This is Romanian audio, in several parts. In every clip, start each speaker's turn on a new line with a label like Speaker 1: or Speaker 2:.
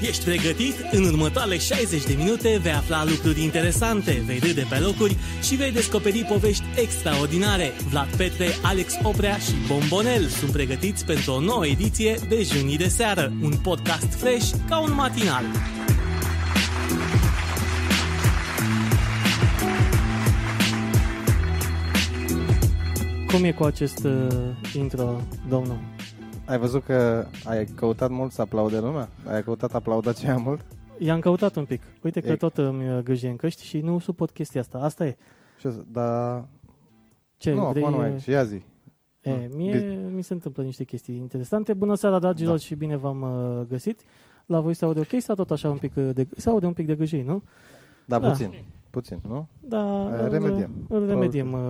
Speaker 1: Ești pregătit? În următoarele 60 de minute vei afla lucruri interesante, vei râde pe locuri și vei descoperi povești extraordinare. Vlad Petre, Alex Oprea și Bombonel sunt pregătiți pentru o nouă ediție de Junii de Seară, un podcast fresh ca un matinal. Cum e cu acest uh, intro, domnul?
Speaker 2: Ai văzut că ai căutat mult să aplaude lumea? Ai căutat aplauda aceea mult?
Speaker 1: I-am căutat un pic. Uite că
Speaker 2: E-
Speaker 1: tot îmi gâjie în căști și nu suport chestia asta. Asta e.
Speaker 2: Și o să- da...
Speaker 1: Ce,
Speaker 2: nu,
Speaker 1: vrei- uh,
Speaker 2: acum nu mai e. Și ia zi.
Speaker 1: E, mie mi se întâmplă niște chestii interesante. Bună seara, dragilor, da. și bine v-am uh, găsit. La voi se aude ok sau tot așa un pic uh, de... Se aude un pic de gâjei, nu?
Speaker 2: Da,
Speaker 1: Da.
Speaker 2: puțin. Puțin, nu?
Speaker 1: Da,
Speaker 2: Eh,
Speaker 1: îl,
Speaker 2: remediem.
Speaker 1: Îl remediem. uh,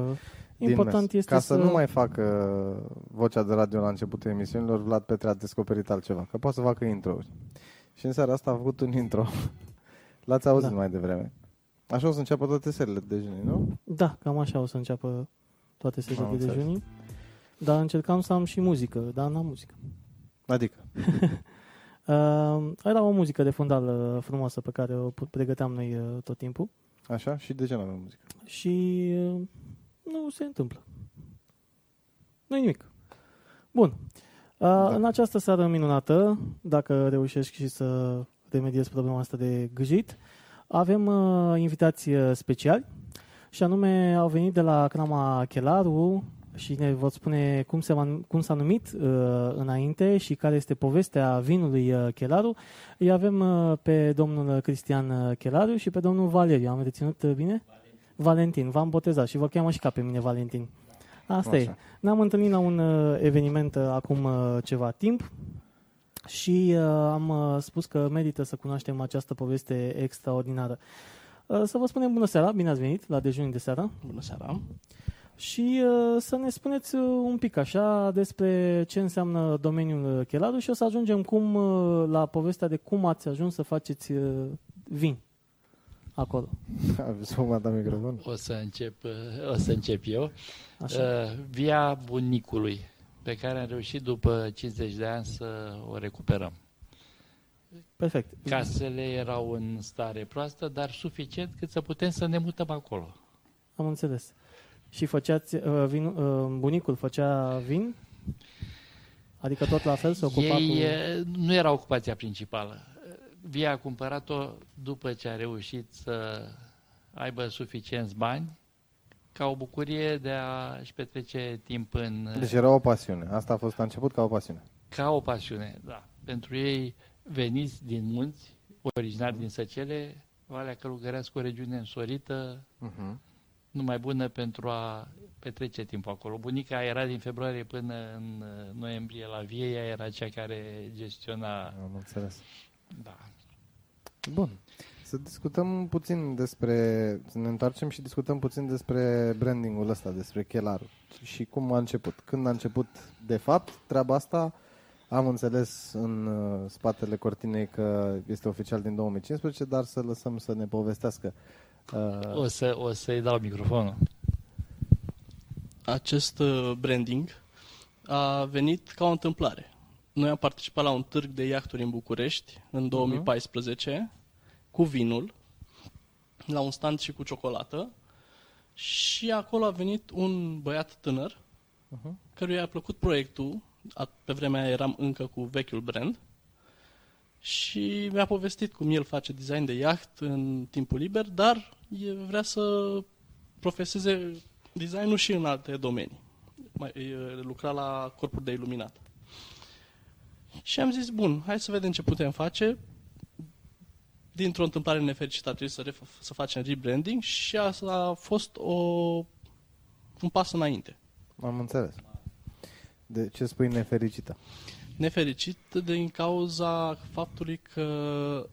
Speaker 2: Din
Speaker 1: Important
Speaker 2: mers.
Speaker 1: este
Speaker 2: Ca
Speaker 1: să...
Speaker 2: să... nu mai facă uh, vocea de radio la începutul emisiunilor, Vlad Petre a descoperit altceva, că poate să facă intro-uri. Și în seara asta a făcut un intro. L-ați auzit
Speaker 1: Da.
Speaker 2: da. mai devreme. Așa o să înceapă toate serile de junii, nu?
Speaker 1: Da, cam așa o să înceapă toate
Speaker 2: Am
Speaker 1: seriile de
Speaker 2: înțeles.
Speaker 1: junii. Dar încercam să am și muzică, dar n-am muzică.
Speaker 2: Adică,
Speaker 1: Uh, era o muzică de fundal uh, frumoasă pe care o pu- pregăteam noi uh, tot timpul.
Speaker 2: așa? Și de ce nu avem muzică?
Speaker 1: Și uh, nu se întâmplă. nu nimic. Bun. Da. În această seară minunată, dacă reușești și să remediezi problema asta de gâjit, avem uh, invitați uh, speciali și anume au venit de la Crama Chelaru și ne vor spune cum, se, va- cum s-a numit uh, înainte și care este povestea vinului uh, Chelaru. Îi avem uh, pe domnul Cristian uh, Chelaru și pe domnul Valeriu. Am reținut uh, bine? Valentin, v-am botezat și vă cheamă și ca pe mine Valentin. Asta
Speaker 2: Așa.
Speaker 1: e. Ne-am întâlnit la un uh, eveniment uh, acum uh, ceva timp și uh, am uh, spus că merită să cunoaștem această poveste extraordinară. Uh, să vă spunem bună seara, bine ați venit la dejun de seară
Speaker 3: Bună seara!
Speaker 1: și uh, să ne spuneți uh, un pic așa despre ce înseamnă domeniul uh, chelaru și o să ajungem cum uh, la povestea de cum ați ajuns să faceți uh, vin acolo.
Speaker 2: Aveți o dat microfon?
Speaker 3: O să încep, uh, o să încep eu.
Speaker 1: Așa.
Speaker 3: Uh, Via bunicului, pe care am reușit după 50 de ani să o recuperăm.
Speaker 1: Perfect.
Speaker 3: Casele erau în stare proastă, dar suficient cât să putem să ne mutăm acolo.
Speaker 1: Am înțeles. Și făceați, uh, vin, uh, bunicul făcea vin? Adică tot la fel se ocupa
Speaker 3: Ei
Speaker 1: cu...
Speaker 3: uh, nu era ocupația principală. Via a cumpărat-o după ce a reușit să aibă suficienți bani ca o bucurie de a-și petrece timp în... uh,
Speaker 2: Deci era o pasiune. Asta a fost la început ca o pasiune.
Speaker 3: ca o pasiune, da. Pentru ei veniți din munți, originari din Săcele, Valea Călugărească, o regiune însorită,
Speaker 2: Uh-huh.
Speaker 3: numai bună pentru a petrece timpul acolo. Bunica era din februarie până în uh, noiembrie la vie, ea era cea care gestiona,
Speaker 2: Am înțeles.
Speaker 3: da.
Speaker 2: Bun. Să discutăm puțin despre, să ne întoarcem și discutăm puțin despre brandingul ăsta, despre chelarul și cum a început. Când a început, de fapt, treaba asta, am înțeles în uh, spatele cortinei că este oficial din 2015, dar să lăsăm să ne povestească. Uh,
Speaker 3: O, să, o să-i dau microfonul.
Speaker 4: acest uh, branding a venit ca o întâmplare. Noi am participat la un târg de iahturi în București în 2014 cu vinul, la un stand și cu ciocolată și acolo a venit un băiat tânăr
Speaker 2: Mhm.
Speaker 4: căruia a plăcut proiectul, a- pe vremea eram încă cu vechiul brand și mi-a povestit cum el face design de iaht în timpul liber, dar e- vrea să profeseze designul și în alte domenii. Mai, e, lucra la corpuri de iluminat. Și am zis, bun, hai să vedem ce putem face. Dintr-o întâmplare nefericită a trebuit să, ref- să facem rebranding și asta a fost o, un pas înainte.
Speaker 2: am înțeles. De ce spui nefericită?
Speaker 4: Nefericit din cauza faptului că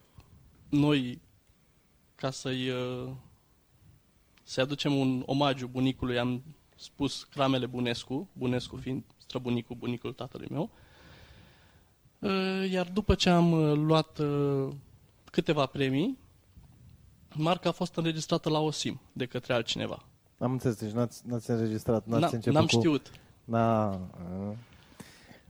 Speaker 4: noi, ca să-i, uh, să-i aducem un omagiu bunicului, am spus cramele Bunescu, Bunescu fiind străbunicul, bunicul tatălui meu, Uh, iar după ce am uh, luat uh, câteva premii, marca a fost înregistrată la OSIM de către altcineva.
Speaker 2: Am înțeles, deci n-ați, n-ați înregistrat, n-ați
Speaker 4: N-am-
Speaker 2: început
Speaker 4: N-am
Speaker 2: cu...
Speaker 4: știut.
Speaker 2: Na,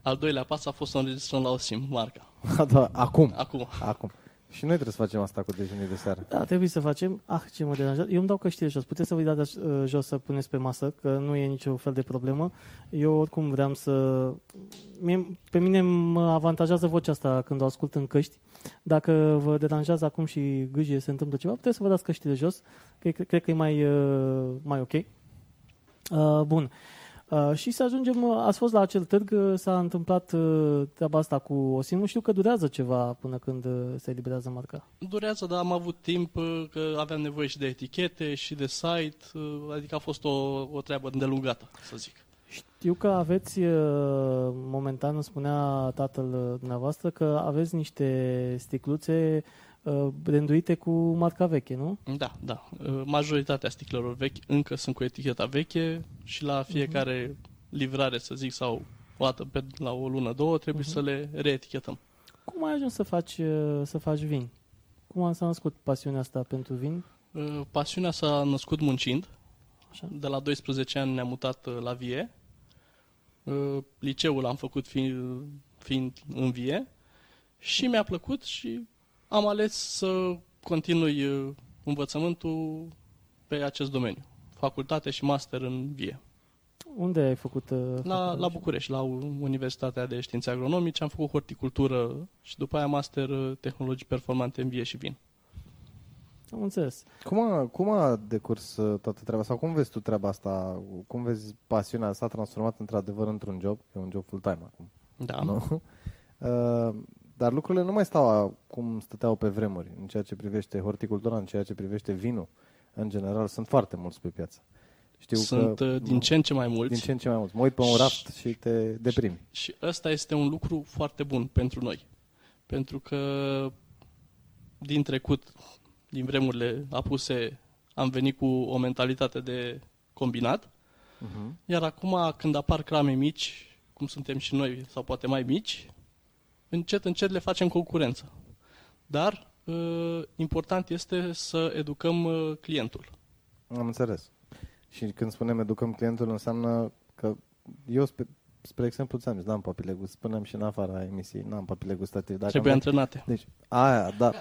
Speaker 4: Al doilea pas a fost să înregistrăm la OSIM marca.
Speaker 2: da, acum.
Speaker 4: Acum,
Speaker 2: Acum. Și noi trebuie să facem asta cu dejunul de seară.
Speaker 1: Da, trebuie să facem. Ah, ce mă deranjează. Eu îmi dau căștile jos. Puteți să vă dați uh, jos să puneți pe masă, că nu e niciun fel de problemă. Eu oricum vreau să... Mie, pe mine mă avantajează vocea asta când o ascult în căști. Dacă vă deranjează acum și gâjie se întâmplă ceva, puteți să vă dați căștile jos, că cred, cred că e mai, uh, mai ok. Uh, bun. Uh, și să ajungem, uh, ați fost la acel târg, uh, s-a întâmplat uh, treaba asta cu Osimu, știu că durează ceva până când uh, se eliberează marca.
Speaker 4: Durează, dar am avut timp uh, că aveam nevoie și de etichete și de site, uh, adică a fost o, o treabă îndelungată, să zic.
Speaker 1: Știu că aveți, uh, momentan îmi spunea tatăl uh, dumneavoastră, că aveți niște sticluțe uh, renduite cu marca veche, nu?
Speaker 4: Da, da. Uh, Majoritatea sticlelor vechi încă sunt cu eticheta veche și la fiecare livrare, să zic, sau o dată pe la o lună, două, trebuie
Speaker 1: Mhm.
Speaker 4: să le reetichetăm.
Speaker 1: Cum ai ajuns să faci, uh, să faci vin? Cum a- s-a născut pasiunea asta pentru vin?
Speaker 4: Uh, Pasiunea s-a născut muncind.
Speaker 1: Așa.
Speaker 4: De la 12 ani ne-am mutat uh, la Vie. Uh, Liceul am făcut fiind, fiind în Vie și mi-a plăcut și am ales să continui uh, învățământul pe acest domeniu. Facultate și master în Vie.
Speaker 1: Unde ai făcut? uh,
Speaker 4: La,
Speaker 1: facultatea?
Speaker 4: la București, la U- Universitatea de Științe Agronomice, am făcut horticultură și după aia master uh, tehnologii performante în vie și vin.
Speaker 1: Am înțeles.
Speaker 2: Cum a, cum a decurs uh, toată treaba sau cum vezi tu treaba asta? Cum vezi pasiunea s-a transformat într-adevăr într-un job? E un job full-time acum,
Speaker 4: Da.
Speaker 2: nu? Uh, Dar lucrurile nu mai stau a- cum stăteau pe vremuri în ceea ce privește horticultura, în ceea ce privește vinul. În general, sunt foarte mulți pe piață. Știu
Speaker 4: Sunt
Speaker 2: că,
Speaker 4: uh, din ce în ce mai mulți.
Speaker 2: din ce în ce mai mulți. Mă uit pe un raft și te deprimi.
Speaker 4: Și ăsta este un lucru foarte bun pentru noi. Pentru că din trecut, din vremurile apuse, am venit cu o mentalitate de combinat.
Speaker 2: Mhm.
Speaker 4: Iar acum, când apar crame mici, cum suntem și noi, sau poate mai mici, încet, încet le facem concurență. Dar ă, important este să educăm ă, clientul.
Speaker 2: Am înțeles. Și când spunem educăm clientul, înseamnă că eu, spe, spre exemplu, ți-am zis, n-am papile gust, spuneam și în afara emisiei, n-am papile gustative. Dacă
Speaker 4: Trebuie
Speaker 2: am-
Speaker 4: antrenate.
Speaker 2: Deci, aia, da.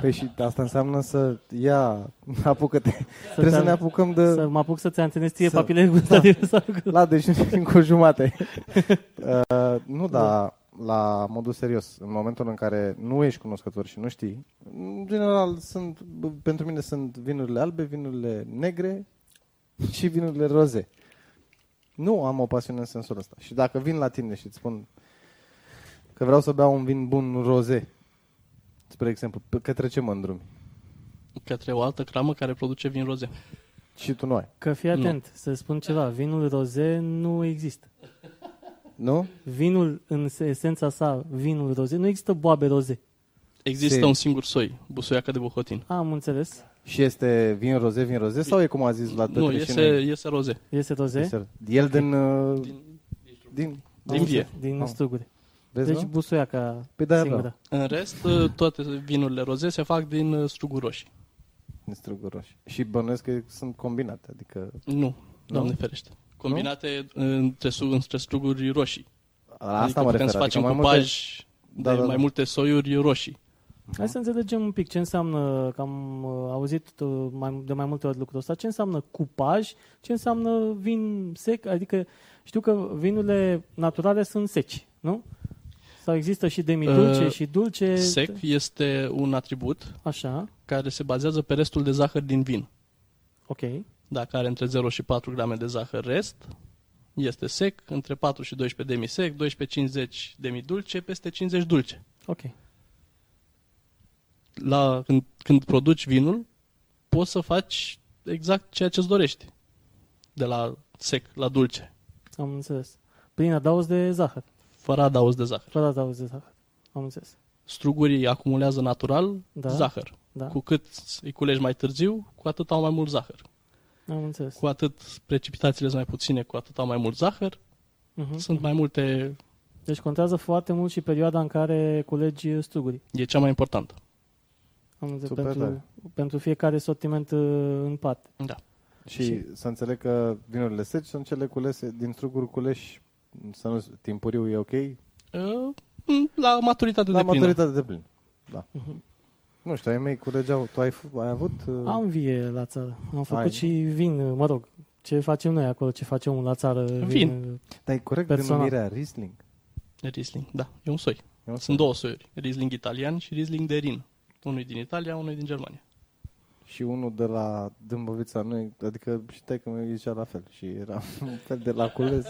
Speaker 2: Păi și asta înseamnă să ia, apucă-te. Trebuie să
Speaker 1: te-
Speaker 2: ne apucăm de...
Speaker 1: Să mă apuc să-ți antrenezi ție
Speaker 2: Să- Da.
Speaker 1: papilele gustative sau
Speaker 2: La dejun din cu jumate. uh, nu, da, la modul serios, în momentul în care nu ești cunoscător și nu știi, în general, sunt, b- pentru mine sunt vinurile albe, vinurile negre și vinurile roze. Nu am o pasiune în sensul ăsta. Și dacă vin la tine și îți spun că vreau să beau un vin bun roze, spre exemplu, p- către ce mă îndrumi?
Speaker 4: Către o altă cramă care produce vin roze.
Speaker 2: Și tu nu ai.
Speaker 1: Că fii atent, să spun ceva, vinul roze nu există.
Speaker 2: Nu?
Speaker 1: Vinul, în esența sa, vinul roze, nu există boabe roze.
Speaker 4: Există
Speaker 2: Se-
Speaker 4: un singur soi, busuiaca de bohotin.
Speaker 1: Am înțeles,
Speaker 2: Și este vin roze, vin roze? Sau e cum a zis la
Speaker 4: Nu, iese, iese roze.
Speaker 1: este roze.
Speaker 2: Este- El din... uh, Din...
Speaker 4: Din vie.
Speaker 1: Din
Speaker 2: Am.
Speaker 1: strugure.
Speaker 2: Ah. Vezi,
Speaker 1: deci
Speaker 2: deci,
Speaker 1: busuiaca
Speaker 2: Păi da,
Speaker 1: singură.
Speaker 2: da.
Speaker 4: În rest, toate vinurile roze se fac din uh, struguri roșii.
Speaker 2: din struguri roșii. Și bănuiesc că sunt combinate, adică...
Speaker 4: Nu, doamne ferește. Combinate uh, între, su- între struguri roșii.
Speaker 2: La asta mă
Speaker 4: putem
Speaker 2: refer,
Speaker 4: să
Speaker 2: adică
Speaker 4: facem
Speaker 2: mai multe...
Speaker 4: cupaj
Speaker 2: Da,
Speaker 4: de
Speaker 2: da, da.
Speaker 4: mai multe soiuri roșii.
Speaker 1: Hai să înțelegem un pic ce înseamnă, că am uh, auzit uh, mai, de mai multe ori lucrul ăsta, ce înseamnă cupaj, ce înseamnă vin sec, adică știu că vinurile naturale sunt seci, nu? Sau există și demidulce
Speaker 4: Uh,
Speaker 1: și dulce.
Speaker 4: Sec este un atribut
Speaker 1: Așa,
Speaker 4: care se bazează pe restul de zahăr din vin.
Speaker 1: ok.
Speaker 4: Dacă are între 0 și 4 grame de zahăr rest, este sec, între 4 și 12 demisec, 12-50 demidulce, peste 50 dulce.
Speaker 1: Ok.
Speaker 4: La, când, când produci vinul, poți să faci exact ceea ce-ți dorești. De la sec la dulce,
Speaker 1: Am înțeles. Prin adaos de zahăr.
Speaker 4: fără adaos de zahăr.
Speaker 1: Fără adaos de zahăr. Am înțeles.
Speaker 4: Strugurii acumulează natural
Speaker 1: Da.
Speaker 4: da. zahăr.
Speaker 1: Da,
Speaker 4: Cu cât îi culegi mai târziu, cu atât au mai mult zahăr.
Speaker 1: am înțeles.
Speaker 4: Cu atât precipitațiile sunt mai puține, cu atât au mai mult zahăr.
Speaker 1: Mhm.
Speaker 4: Sunt mai multe,
Speaker 1: Deci contează foarte mult și perioada în care culegi struguri.
Speaker 4: e cea mai importantă.
Speaker 1: Am înțeles,
Speaker 2: Super
Speaker 1: pentru,
Speaker 2: tare.
Speaker 1: pentru fiecare sortiment uh, în parte.
Speaker 2: Și să înțeleg că vinurile seci sunt cele culese din struguri culeși Să nu, timpuriu e ok?
Speaker 4: Uh, mm, La maturitate
Speaker 2: La
Speaker 4: de plină.
Speaker 2: maturitate de plin. Da. Nu știu, ai mei curăgeau. Tu ai, f- ai avut? uh,
Speaker 1: Am vie la țară. Am făcut
Speaker 2: Ai,
Speaker 1: și vin, uh, mă rog, ce facem noi acolo, ce face omul la țară. uh,
Speaker 4: Vin.
Speaker 2: Dar e corect
Speaker 1: Personal.
Speaker 2: denumirea Riesling?
Speaker 4: Riesling, da, e un soi.
Speaker 2: Eu
Speaker 4: Sunt două soiuri, Riesling italian și Riesling de Rin. Unul e din Italia, unul e din Germania.
Speaker 2: Și unul de la Dâmbovița, nu, e- adică și te că mi zicea la fel și era un fel de la cules.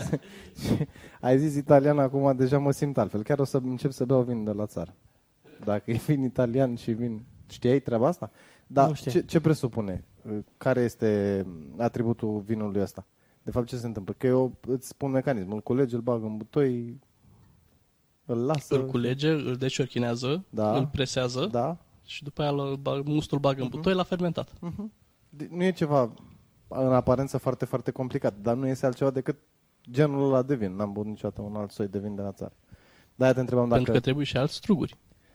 Speaker 2: Și Ai zis italian, acum deja mă simt altfel. Chiar o să încep să beau vin de la țară. Dacă e vin italian și vin... Știai treaba asta? Dar
Speaker 1: Nu știam.
Speaker 2: ce, ce presupune? Care este atributul vinului ăsta? De fapt, ce se întâmplă? Că eu îți spun mecanismul. Îl culegi, îl bag în butoi, îl las.
Speaker 4: Îl culege, îl deșorchinează,
Speaker 2: Da.
Speaker 4: îl presează
Speaker 2: Da? Mhm.
Speaker 4: și după aia îl bag- mustul bagă în butoi la fermentat.
Speaker 2: De- nu e ceva în aparență foarte, foarte complicat, dar nu este altceva decât genul ăla de vin. N-am băut niciodată un alt soi de vin de la țară. Da, te întrebam dacă
Speaker 4: Pentru că trebuie și alți struguri,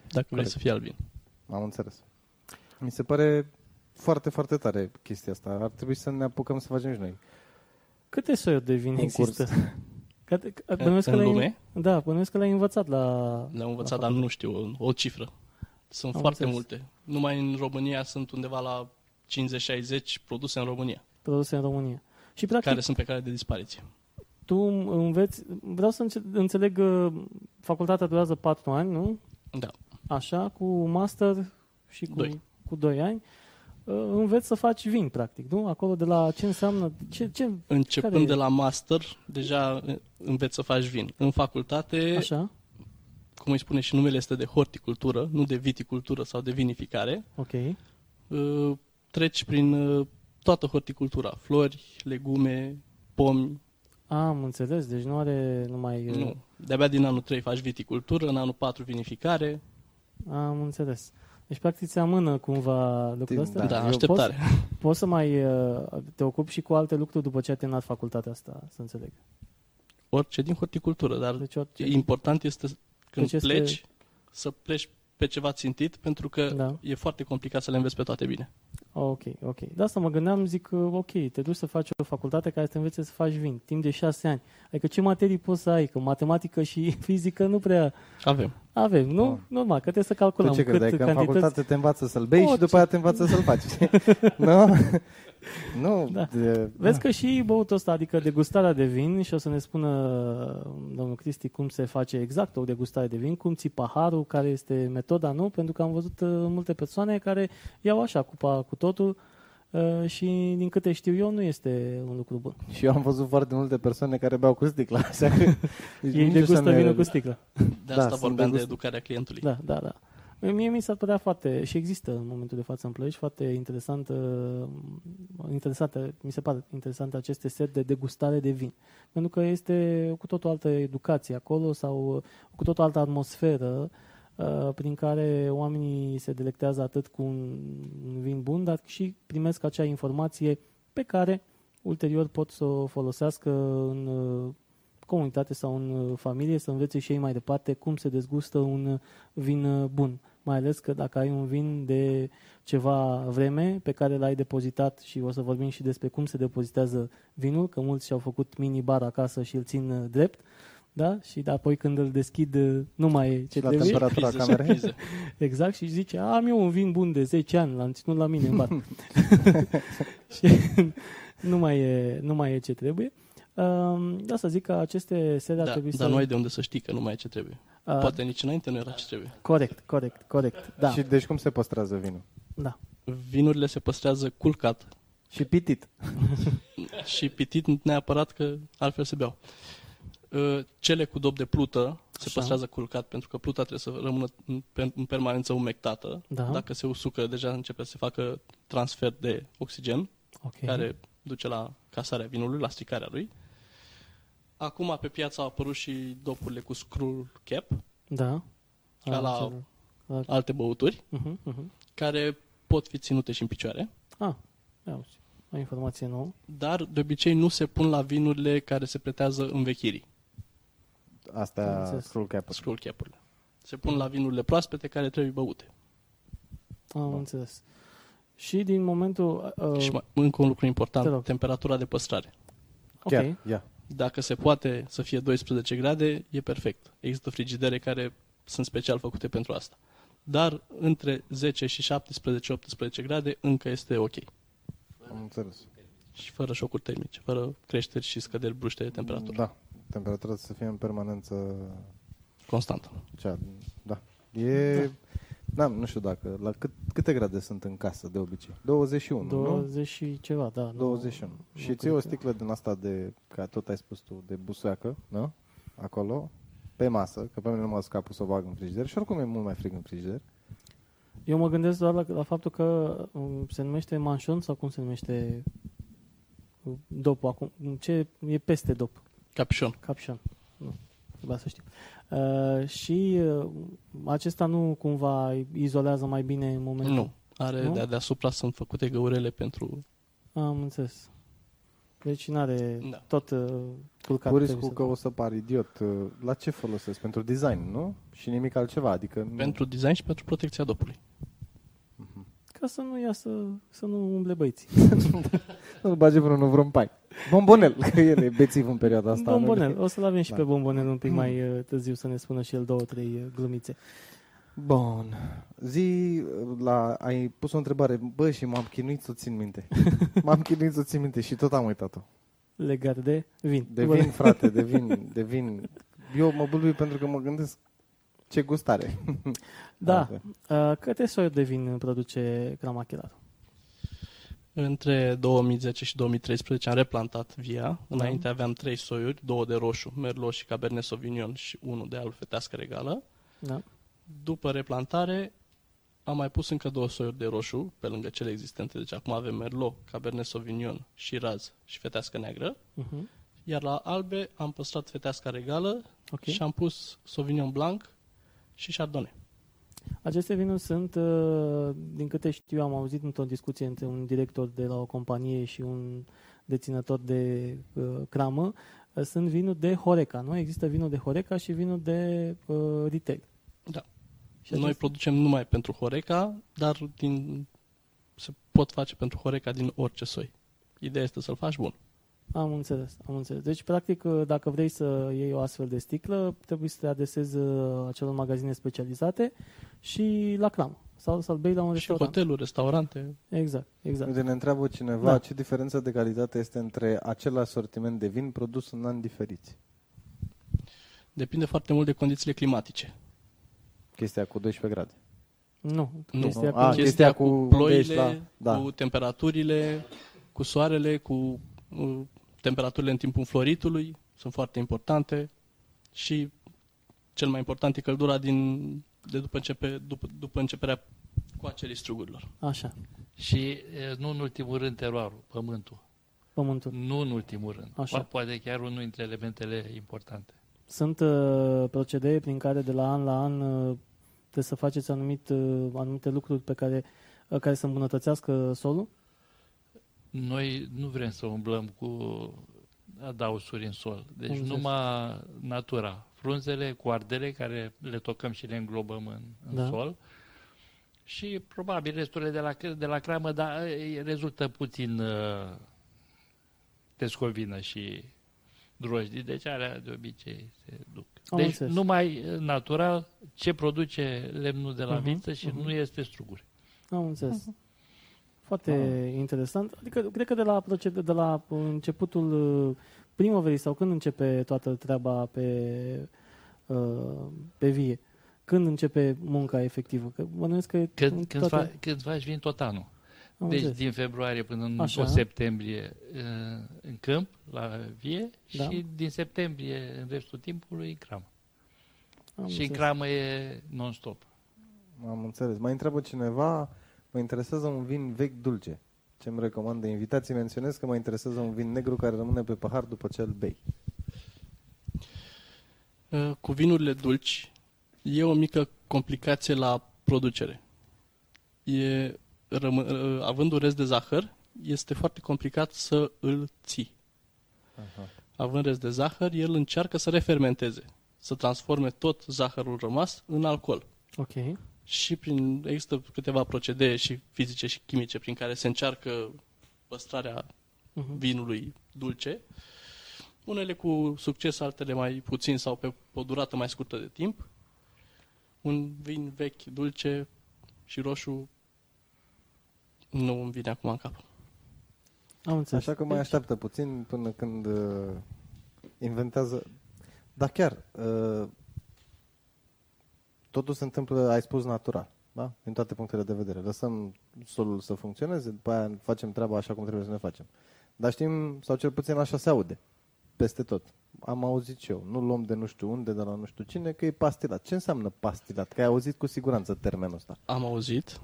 Speaker 4: dacă vrei
Speaker 2: Corect.
Speaker 4: să fie albin.
Speaker 2: am înțeles. Mi se pare foarte, foarte tare chestia asta. Ar trebui să ne apucăm să facem și noi.
Speaker 1: Câte soiuri de vin
Speaker 2: Un curs.
Speaker 1: există? Că, că, bănuiesc că
Speaker 4: în
Speaker 1: l-ai-
Speaker 4: lume?
Speaker 1: Da, bănuiesc că l-ai învățat la...
Speaker 4: Le-am învățat, dar nu știu o, o cifră. Sunt
Speaker 1: Am
Speaker 4: foarte
Speaker 1: înțeles.
Speaker 4: multe. Numai în România sunt undeva la 50-60 produse în România,
Speaker 1: produse în România. Și practic
Speaker 4: care sunt pe care de dispariție.
Speaker 1: tu înveți, vreau să înce- înțeleg, uh, facultatea durează 4 ani, nu?
Speaker 4: Da.
Speaker 1: Așa, cu master și cu
Speaker 4: Doi.
Speaker 1: cu 2 ani. Uh, Înveți să faci vin, practic, nu? Acolo de la ce înseamnă, ce, ce
Speaker 4: Începând
Speaker 1: Care e?
Speaker 4: de la master, deja uh, înveți să faci vin. În facultate,
Speaker 1: așa,
Speaker 4: cum îi spune și numele, este de horticultură, nu de viticultură sau de vinificare.
Speaker 1: ok,
Speaker 4: Uh, Treci prin uh, toată horticultura, flori, legume, pomi,
Speaker 1: am înțeles, deci nu are numai... uh,
Speaker 4: nu. De-abia din anul 3 faci viticultură, în anul 4 vinificare,
Speaker 1: Am înțeles. Deci, practic, se amână cumva lucrul
Speaker 2: Timp,
Speaker 1: ăsta?
Speaker 2: Da,
Speaker 4: da,
Speaker 2: eu
Speaker 4: așteptare.
Speaker 1: Poți să mai uh, te ocupi și cu alte lucruri după ce ai terminat facultatea asta, să înțeleg.
Speaker 4: Orice din horticultură, dar
Speaker 1: Deci, orice.
Speaker 4: important este când
Speaker 1: Deci este-
Speaker 4: pleci să pleci pe ceva țintit, pentru că
Speaker 1: Da.
Speaker 4: e foarte complicat să le înveți pe toate bine.
Speaker 1: Ok, ok. De asta mă gândeam, zic, uh, ok, te duci să faci o facultate care să te învețe să faci vin, timp de șase ani. Adică ce materii poți să ai? Că matematică și fizică nu prea
Speaker 4: Avem.
Speaker 1: avem, nu?
Speaker 2: Ah.
Speaker 1: Normal, că trebuie să
Speaker 2: Tu
Speaker 1: calculăm
Speaker 2: ce
Speaker 1: cât
Speaker 2: credeai? Că în
Speaker 1: cantități.
Speaker 2: facultate te învață să-l bei și
Speaker 1: Orice.
Speaker 2: după aia te învață să-l faci. nu? nu.
Speaker 1: Da.
Speaker 2: De,
Speaker 1: Vezi că și băutul ăsta, adică degustarea de vin, și o să ne spună um, domnul Cristi cum se face exact o degustare de vin, cum ții paharul, care este metoda, nu? Pentru că am văzut uh, multe persoane care iau așa cupa cu totul uh, și din câte știu eu nu este un lucru bun.
Speaker 2: Și eu am văzut foarte multe persoane care beau cu sticla, așa că... Deci nici
Speaker 1: Ei
Speaker 2: nu
Speaker 1: degustă
Speaker 2: înseamnă-
Speaker 1: vinul cu sticlă.
Speaker 4: De
Speaker 2: Da,
Speaker 4: asta
Speaker 2: sunt
Speaker 4: vorbeam de
Speaker 2: degust-
Speaker 4: educarea clientului.
Speaker 1: Da, da, da. Mie mi s-ar părea foarte, și există în momentul de față în Ploiești, foarte interesant, uh, interesante, mi se pare interesant aceste set de degustare de vin. Pentru că este cu tot o altă educație acolo sau uh, cu tot o altă atmosferă uh, prin care oamenii se delectează atât cu un un vin bun, dar și primesc acea informație pe care ulterior pot să o folosească în uh, comunitate sau în uh, familie, să învețe și ei mai departe cum se dezgustă un uh, vin uh, bun. Mai ales că dacă ai un vin de ceva vreme pe care l-ai depozitat și o să vorbim și despre cum se depozitează vinul, că mulți și-au făcut mini-bar acasă și îl țin uh, drept, da? Și apoi când îl deschid uh, nu mai e ce
Speaker 2: Și la
Speaker 1: trebuie.
Speaker 2: temperatura
Speaker 4: Surprize,
Speaker 2: camerei.
Speaker 4: surprize.
Speaker 1: Exact, și zice, am eu un vin bun de 10 ani, l-am ținut la mine în bar. și nu mai, e, nu mai e ce trebuie. Um, De asta zic că aceste sede ar
Speaker 4: Da,
Speaker 1: trebui să...
Speaker 4: dar nu ai de unde să știi că nu mai e ce trebuie.
Speaker 1: A,
Speaker 4: Poate nici înainte nu era ce trebuie.
Speaker 1: Corect, corect, corect. Da,
Speaker 2: Și deci cum se păstrează vinul?
Speaker 1: da.
Speaker 4: Vinurile se păstrează culcat
Speaker 2: Și pitit.
Speaker 4: și pitit neapărat că altfel se beau. Uh, Cele cu dop de plută se
Speaker 1: Așa.
Speaker 4: păstrează culcat pentru că pluta trebuie să rămână în per- în permanență umectată.
Speaker 1: Da.
Speaker 4: Dacă se usucă, deja începe să se facă transfer de oxigen
Speaker 1: Ok.
Speaker 4: care duce la casarea vinului, la stricarea lui. Acum pe piață au apărut și dopurile cu scroll cap,
Speaker 1: Da.
Speaker 4: Ca
Speaker 1: Am
Speaker 4: la-
Speaker 1: înțeles.
Speaker 4: alte băuturi,
Speaker 1: Mhm, mhm.
Speaker 4: care pot fi ținute și în picioare,
Speaker 1: Ah, ia uite. O informație nouă.
Speaker 4: dar de obicei nu se pun la vinurile care se pretează învechirii,
Speaker 1: Am
Speaker 2: Asta
Speaker 1: înțeles.
Speaker 2: scroll cap
Speaker 4: scroll cap-urile. Se pun la vinurile proaspete care trebuie băute.
Speaker 1: Am
Speaker 2: Da.
Speaker 1: înțeles. Și din momentul... Uh,
Speaker 4: Și mai, încă un lucru
Speaker 1: te
Speaker 4: important,
Speaker 1: rog.
Speaker 4: temperatura de păstrare.
Speaker 1: ok.
Speaker 2: Chiar, ia.
Speaker 4: Dacă se poate să fie 12 grade, e perfect. Există frigidere care sunt special făcute pentru asta. Dar între 10 și 17-18 grade încă este ok.
Speaker 2: Am înțeles.
Speaker 4: Și fără șocuri termice, fără creșteri și scăderi bruște de temperatură.
Speaker 2: Da, temperatura să fie în permanență
Speaker 1: Mm.
Speaker 4: Constant.
Speaker 2: cea, da. E, da. nu știu dacă, la cât, câte grade sunt în casă de obicei? 21, nu?
Speaker 1: 20 și ceva, da. nu-
Speaker 2: 21.
Speaker 1: nu
Speaker 2: și
Speaker 1: cred
Speaker 2: ții o
Speaker 1: că-
Speaker 2: sticlă din asta de, ca tot ai spus tu, de busoacă, nu? Acolo, pe masă, că pe mine nu m-a scapul să o bag în frigider și oricum e mult mai frig în frigider.
Speaker 1: Eu mă gândesc doar la, la faptul că um, se numește manșon sau cum se numește uh, dopul acum. Ce e peste dop?
Speaker 4: Capișon.
Speaker 1: Capșan. Nu, trebuia să știu. Uh, și uh, acesta nu cumva izolează mai bine în momentul?
Speaker 4: Nu. Are
Speaker 1: Nu?
Speaker 4: de deasupra sunt făcute găurele pentru...
Speaker 1: Am înțeles. Deci nu are
Speaker 4: Da.
Speaker 1: da. tot uh, culcat.
Speaker 2: Cu
Speaker 1: trebuie
Speaker 2: riscul
Speaker 1: să-
Speaker 2: că o să par idiot, la ce folosesc? Pentru design, nu? Și nimic altceva, adică... nu-
Speaker 4: Pentru design și pentru protecția dopului.
Speaker 1: Ca să nu iasă, să nu umble băiții.
Speaker 2: Nu-l bage vreunul vreun pai. Bombonel, că el e bețiv în perioada asta.
Speaker 1: Asta
Speaker 2: nu?
Speaker 1: bombonel. O să-l avem și
Speaker 2: Da.
Speaker 1: da. pe bombonel un pic mai uh, târziu să ne spună și el două, trei uh, glumițe.
Speaker 2: Bun. Zi, la, ai pus o întrebare, bă, și m-am chinuit să o țin minte. M-am chinuit să o țin minte și tot am uitat-o.
Speaker 1: Legat de vin.
Speaker 2: Devin, frate, devin, devin. Eu mă bulbui pentru că mă gândesc ce gustare.
Speaker 1: Da. Uh, câte soiuri de vin produce Cramachelar?
Speaker 4: Între 2010 și 2013 am replantat via. Înainte aveam trei soiuri, două de roșu, Merlot și Cabernet Sauvignon și unul de alb fetească regală.
Speaker 1: Da.
Speaker 4: După replantare am mai pus încă două soiuri de roșu pe lângă cele existente. Deci acum avem Merlot, Cabernet Sauvignon, Shiraz și fetească neagră.
Speaker 1: Uh-huh.
Speaker 4: Iar la albe am păstrat feteasca regală
Speaker 1: Ok.
Speaker 4: și am pus Sauvignon Blanc și Chardonnay.
Speaker 1: Aceste vinuri sunt, uh, din câte știu, am auzit într-o discuție între un director de la o companie și un deținător de uh, cramă, uh, sunt vinuri de Horeca, nu? Există vinuri de Horeca și vinuri de uh, retail.
Speaker 4: Da.
Speaker 1: Și
Speaker 4: Noi
Speaker 1: acest-
Speaker 4: producem numai pentru Horeca, dar din, se pot face pentru Horeca din orice soi. Ideea este să-l faci bun.
Speaker 1: Am înțeles, am înțeles. Deci, practic, uh, dacă vrei să iei o astfel de sticlă, trebuie să te adesezi uh, acelor magazine specializate și la cramă. Sau să-l bei la un
Speaker 4: Și
Speaker 1: restaurant.
Speaker 4: hoteluri, restaurante,
Speaker 1: Exact, exact.
Speaker 2: Uite, ne întreabă cineva da.
Speaker 1: Da.
Speaker 2: ce diferență de calitate este între același sortiment de vin produs în ani diferiți.
Speaker 4: depinde foarte mult de condițiile climatice.
Speaker 2: Chestia cu 12 grade.
Speaker 1: Nu,
Speaker 4: Nu.
Speaker 1: chestia
Speaker 2: A,
Speaker 1: cu...
Speaker 2: Ah, chestia cu unde ești
Speaker 4: ploile,
Speaker 2: la- da.
Speaker 4: cu temperaturile, cu soarele, cu uh, temperaturile în timpul înfloritului, sunt foarte importante și cel mai important e căldura din, de după, începe, după, după începerea coacerii strugurilor.
Speaker 1: Așa,
Speaker 3: Și e, nu în ultimul rând teroarul, pământul.
Speaker 1: pământul.
Speaker 3: Nu în ultimul rând.
Speaker 1: Așa.
Speaker 3: Po- Poate chiar unul dintre elementele importante.
Speaker 1: Sunt uh, procedee prin care de la an la an uh, trebuie să faceți anumit, uh, anumite lucruri pe care, uh, care să îmbunătățească solul?
Speaker 3: Noi nu vrem să umblăm cu adausuri în sol. Deci
Speaker 1: Am înțeles.
Speaker 3: numai natura. Frunzele, coardele care le tocăm și le înglobăm în, în
Speaker 1: Da.
Speaker 3: sol. Și probabil resturile de la, cr- de la cramă, dar e, rezultă puțin uh, tescovină și drojdii, deci alea de obicei se duc.
Speaker 1: Am
Speaker 3: deci
Speaker 1: înțeles.
Speaker 3: numai uh, natural ce produce lemnul de la
Speaker 1: Mhm,
Speaker 3: viță și
Speaker 1: mhm.
Speaker 3: nu este struguri.
Speaker 1: Am înțeles. Foarte
Speaker 3: Ah.
Speaker 1: interesant. Adică, cred că de la, procede, de la începutul uh, primăverii sau când începe toată treaba pe, uh, pe vie? Când începe munca efectivă? Că bănuiesc că...
Speaker 3: Când, când,
Speaker 1: toate-
Speaker 3: fa- când faci vin tot anul.
Speaker 1: Am
Speaker 3: Deci
Speaker 1: înțeles.
Speaker 3: din februarie până în
Speaker 1: Așa.
Speaker 3: Așa. septembrie în- în câmp, la vie,
Speaker 1: Da.
Speaker 3: și din septembrie în restul timpului în cramă.
Speaker 1: Am
Speaker 3: și în
Speaker 1: înțeles.
Speaker 3: cramă e non-stop.
Speaker 2: Am înțeles. Mai întreabă cineva, mă interesează un vin vechi dulce. Ce îmi recomandă invitații? Menționez că mă interesează un vin negru care rămâne pe pahar după ce îl bei.
Speaker 4: Uh, Cu vinurile dulci e o mică complicație la producere. E, rămân, uh, având un rest de zahăr, este foarte complicat să îl ții.
Speaker 2: Aha.
Speaker 4: Având rest de zahăr, el încearcă să refermenteze, să transforme tot zahărul rămas în alcool.
Speaker 1: Ok.
Speaker 4: Și prin, există câteva procedee și fizice și chimice prin care se încearcă păstrarea
Speaker 1: Mhm.
Speaker 4: vinului dulce. Unele cu succes, altele mai puțin sau pe o durată mai scurtă de timp. Un vin vechi, dulce și roșu nu îmi vine acum în cap.
Speaker 1: Am înțeles.
Speaker 2: Așa că mai așteaptă puțin până când uh, inventează. Dar chiar, uh, totul se întâmplă, ai spus, natural. Da? Din toate punctele de vedere. Lăsăm solul să funcționeze, după aia facem treaba așa cum trebuie să ne facem. Dar știm, sau cel puțin așa se aude, peste tot. Am auzit și eu, nu luăm de nu știu unde, de la nu știu cine, că e pastilat. Ce înseamnă pastilat? Că ai auzit cu siguranță termenul ăsta.
Speaker 4: Am auzit.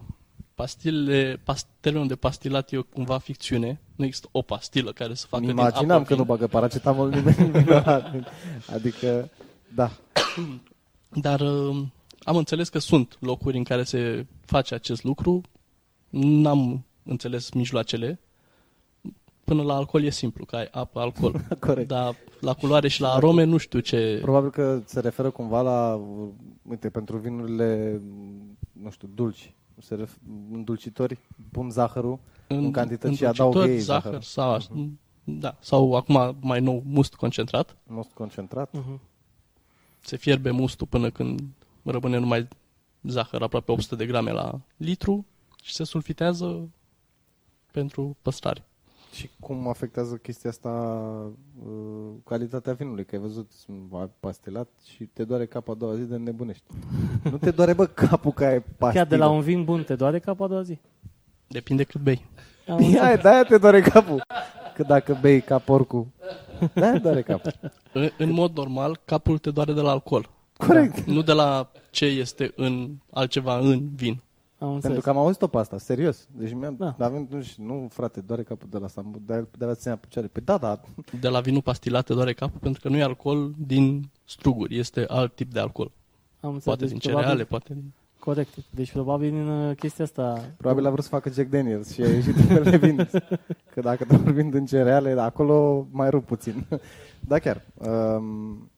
Speaker 4: Pastile, pastelul de pastilat e o cumva ficțiune. Nu există o pastilă care să facă
Speaker 2: Îmi
Speaker 4: din apă
Speaker 2: imaginam că
Speaker 4: vin.
Speaker 2: nu bagă paracetamol nimeni. în vinovat. adică, da,
Speaker 4: Dar uh, am înțeles că sunt locuri în care se face acest lucru. N-am înțeles mijloacele. Până la alcool e simplu, că ai apă, alcool.
Speaker 2: corect. Da.
Speaker 4: Dar la culoare și la arome nu știu ce...
Speaker 2: Probabil că se referă cumva la, uite, pentru vinurile, nu știu, dulci, se ref- îndulcitori, pun zahărul, în cantități și
Speaker 4: îndulcitor,
Speaker 2: adaugă ei Mhm.
Speaker 4: zahăr.
Speaker 2: zahăr.
Speaker 4: Sau, așa. da, sau acum mai nou must concentrat.
Speaker 2: most concentrat.
Speaker 1: Uh-huh.
Speaker 4: Se fierbe mustul până când rămâne numai zahăr, aproape 800 de grame la litru și se sulfitează pentru păstrare.
Speaker 2: Și cum afectează chestia asta uh, calitatea vinului? Că ai văzut, sunt pastilat și te doare capul a doua zi de nebunești. nu te doare, bă, capul că ai pastilă.
Speaker 1: Chiar de la un vin bun te doare capul a doua zi.
Speaker 4: Depinde cât bei.
Speaker 1: Am
Speaker 2: Ia, de-aia te doare capul. Că dacă bei ca porcul, de-aia doare capul.
Speaker 4: În, în mod normal, capul te doare de la alcool.
Speaker 2: Corect.
Speaker 1: Da.
Speaker 4: Nu de la ce este în altceva în vin.
Speaker 1: Am
Speaker 2: Pentru
Speaker 1: înțeles.
Speaker 2: că am auzit-o pe asta, serios. Deci mi-am...
Speaker 1: Da.
Speaker 2: Da. Avem, nu, știu, nu, frate, doare capul de la Sambu, de, de la ținea picioare. Păi da, da,
Speaker 4: De la vinul pastilat te doare capul pentru că nu e alcool din struguri, este alt tip de alcool.
Speaker 1: Am înțeles.
Speaker 4: Poate
Speaker 1: Deci,
Speaker 4: din
Speaker 1: probabil-
Speaker 4: cereale, poate din...
Speaker 1: Corect. Deci probabil din uh, chestia asta...
Speaker 2: probabil a vrut să facă Jack Daniels și a ieșit pe Vin. Că dacă te vorbim din cereale, acolo mai rup puțin. da, chiar. Um,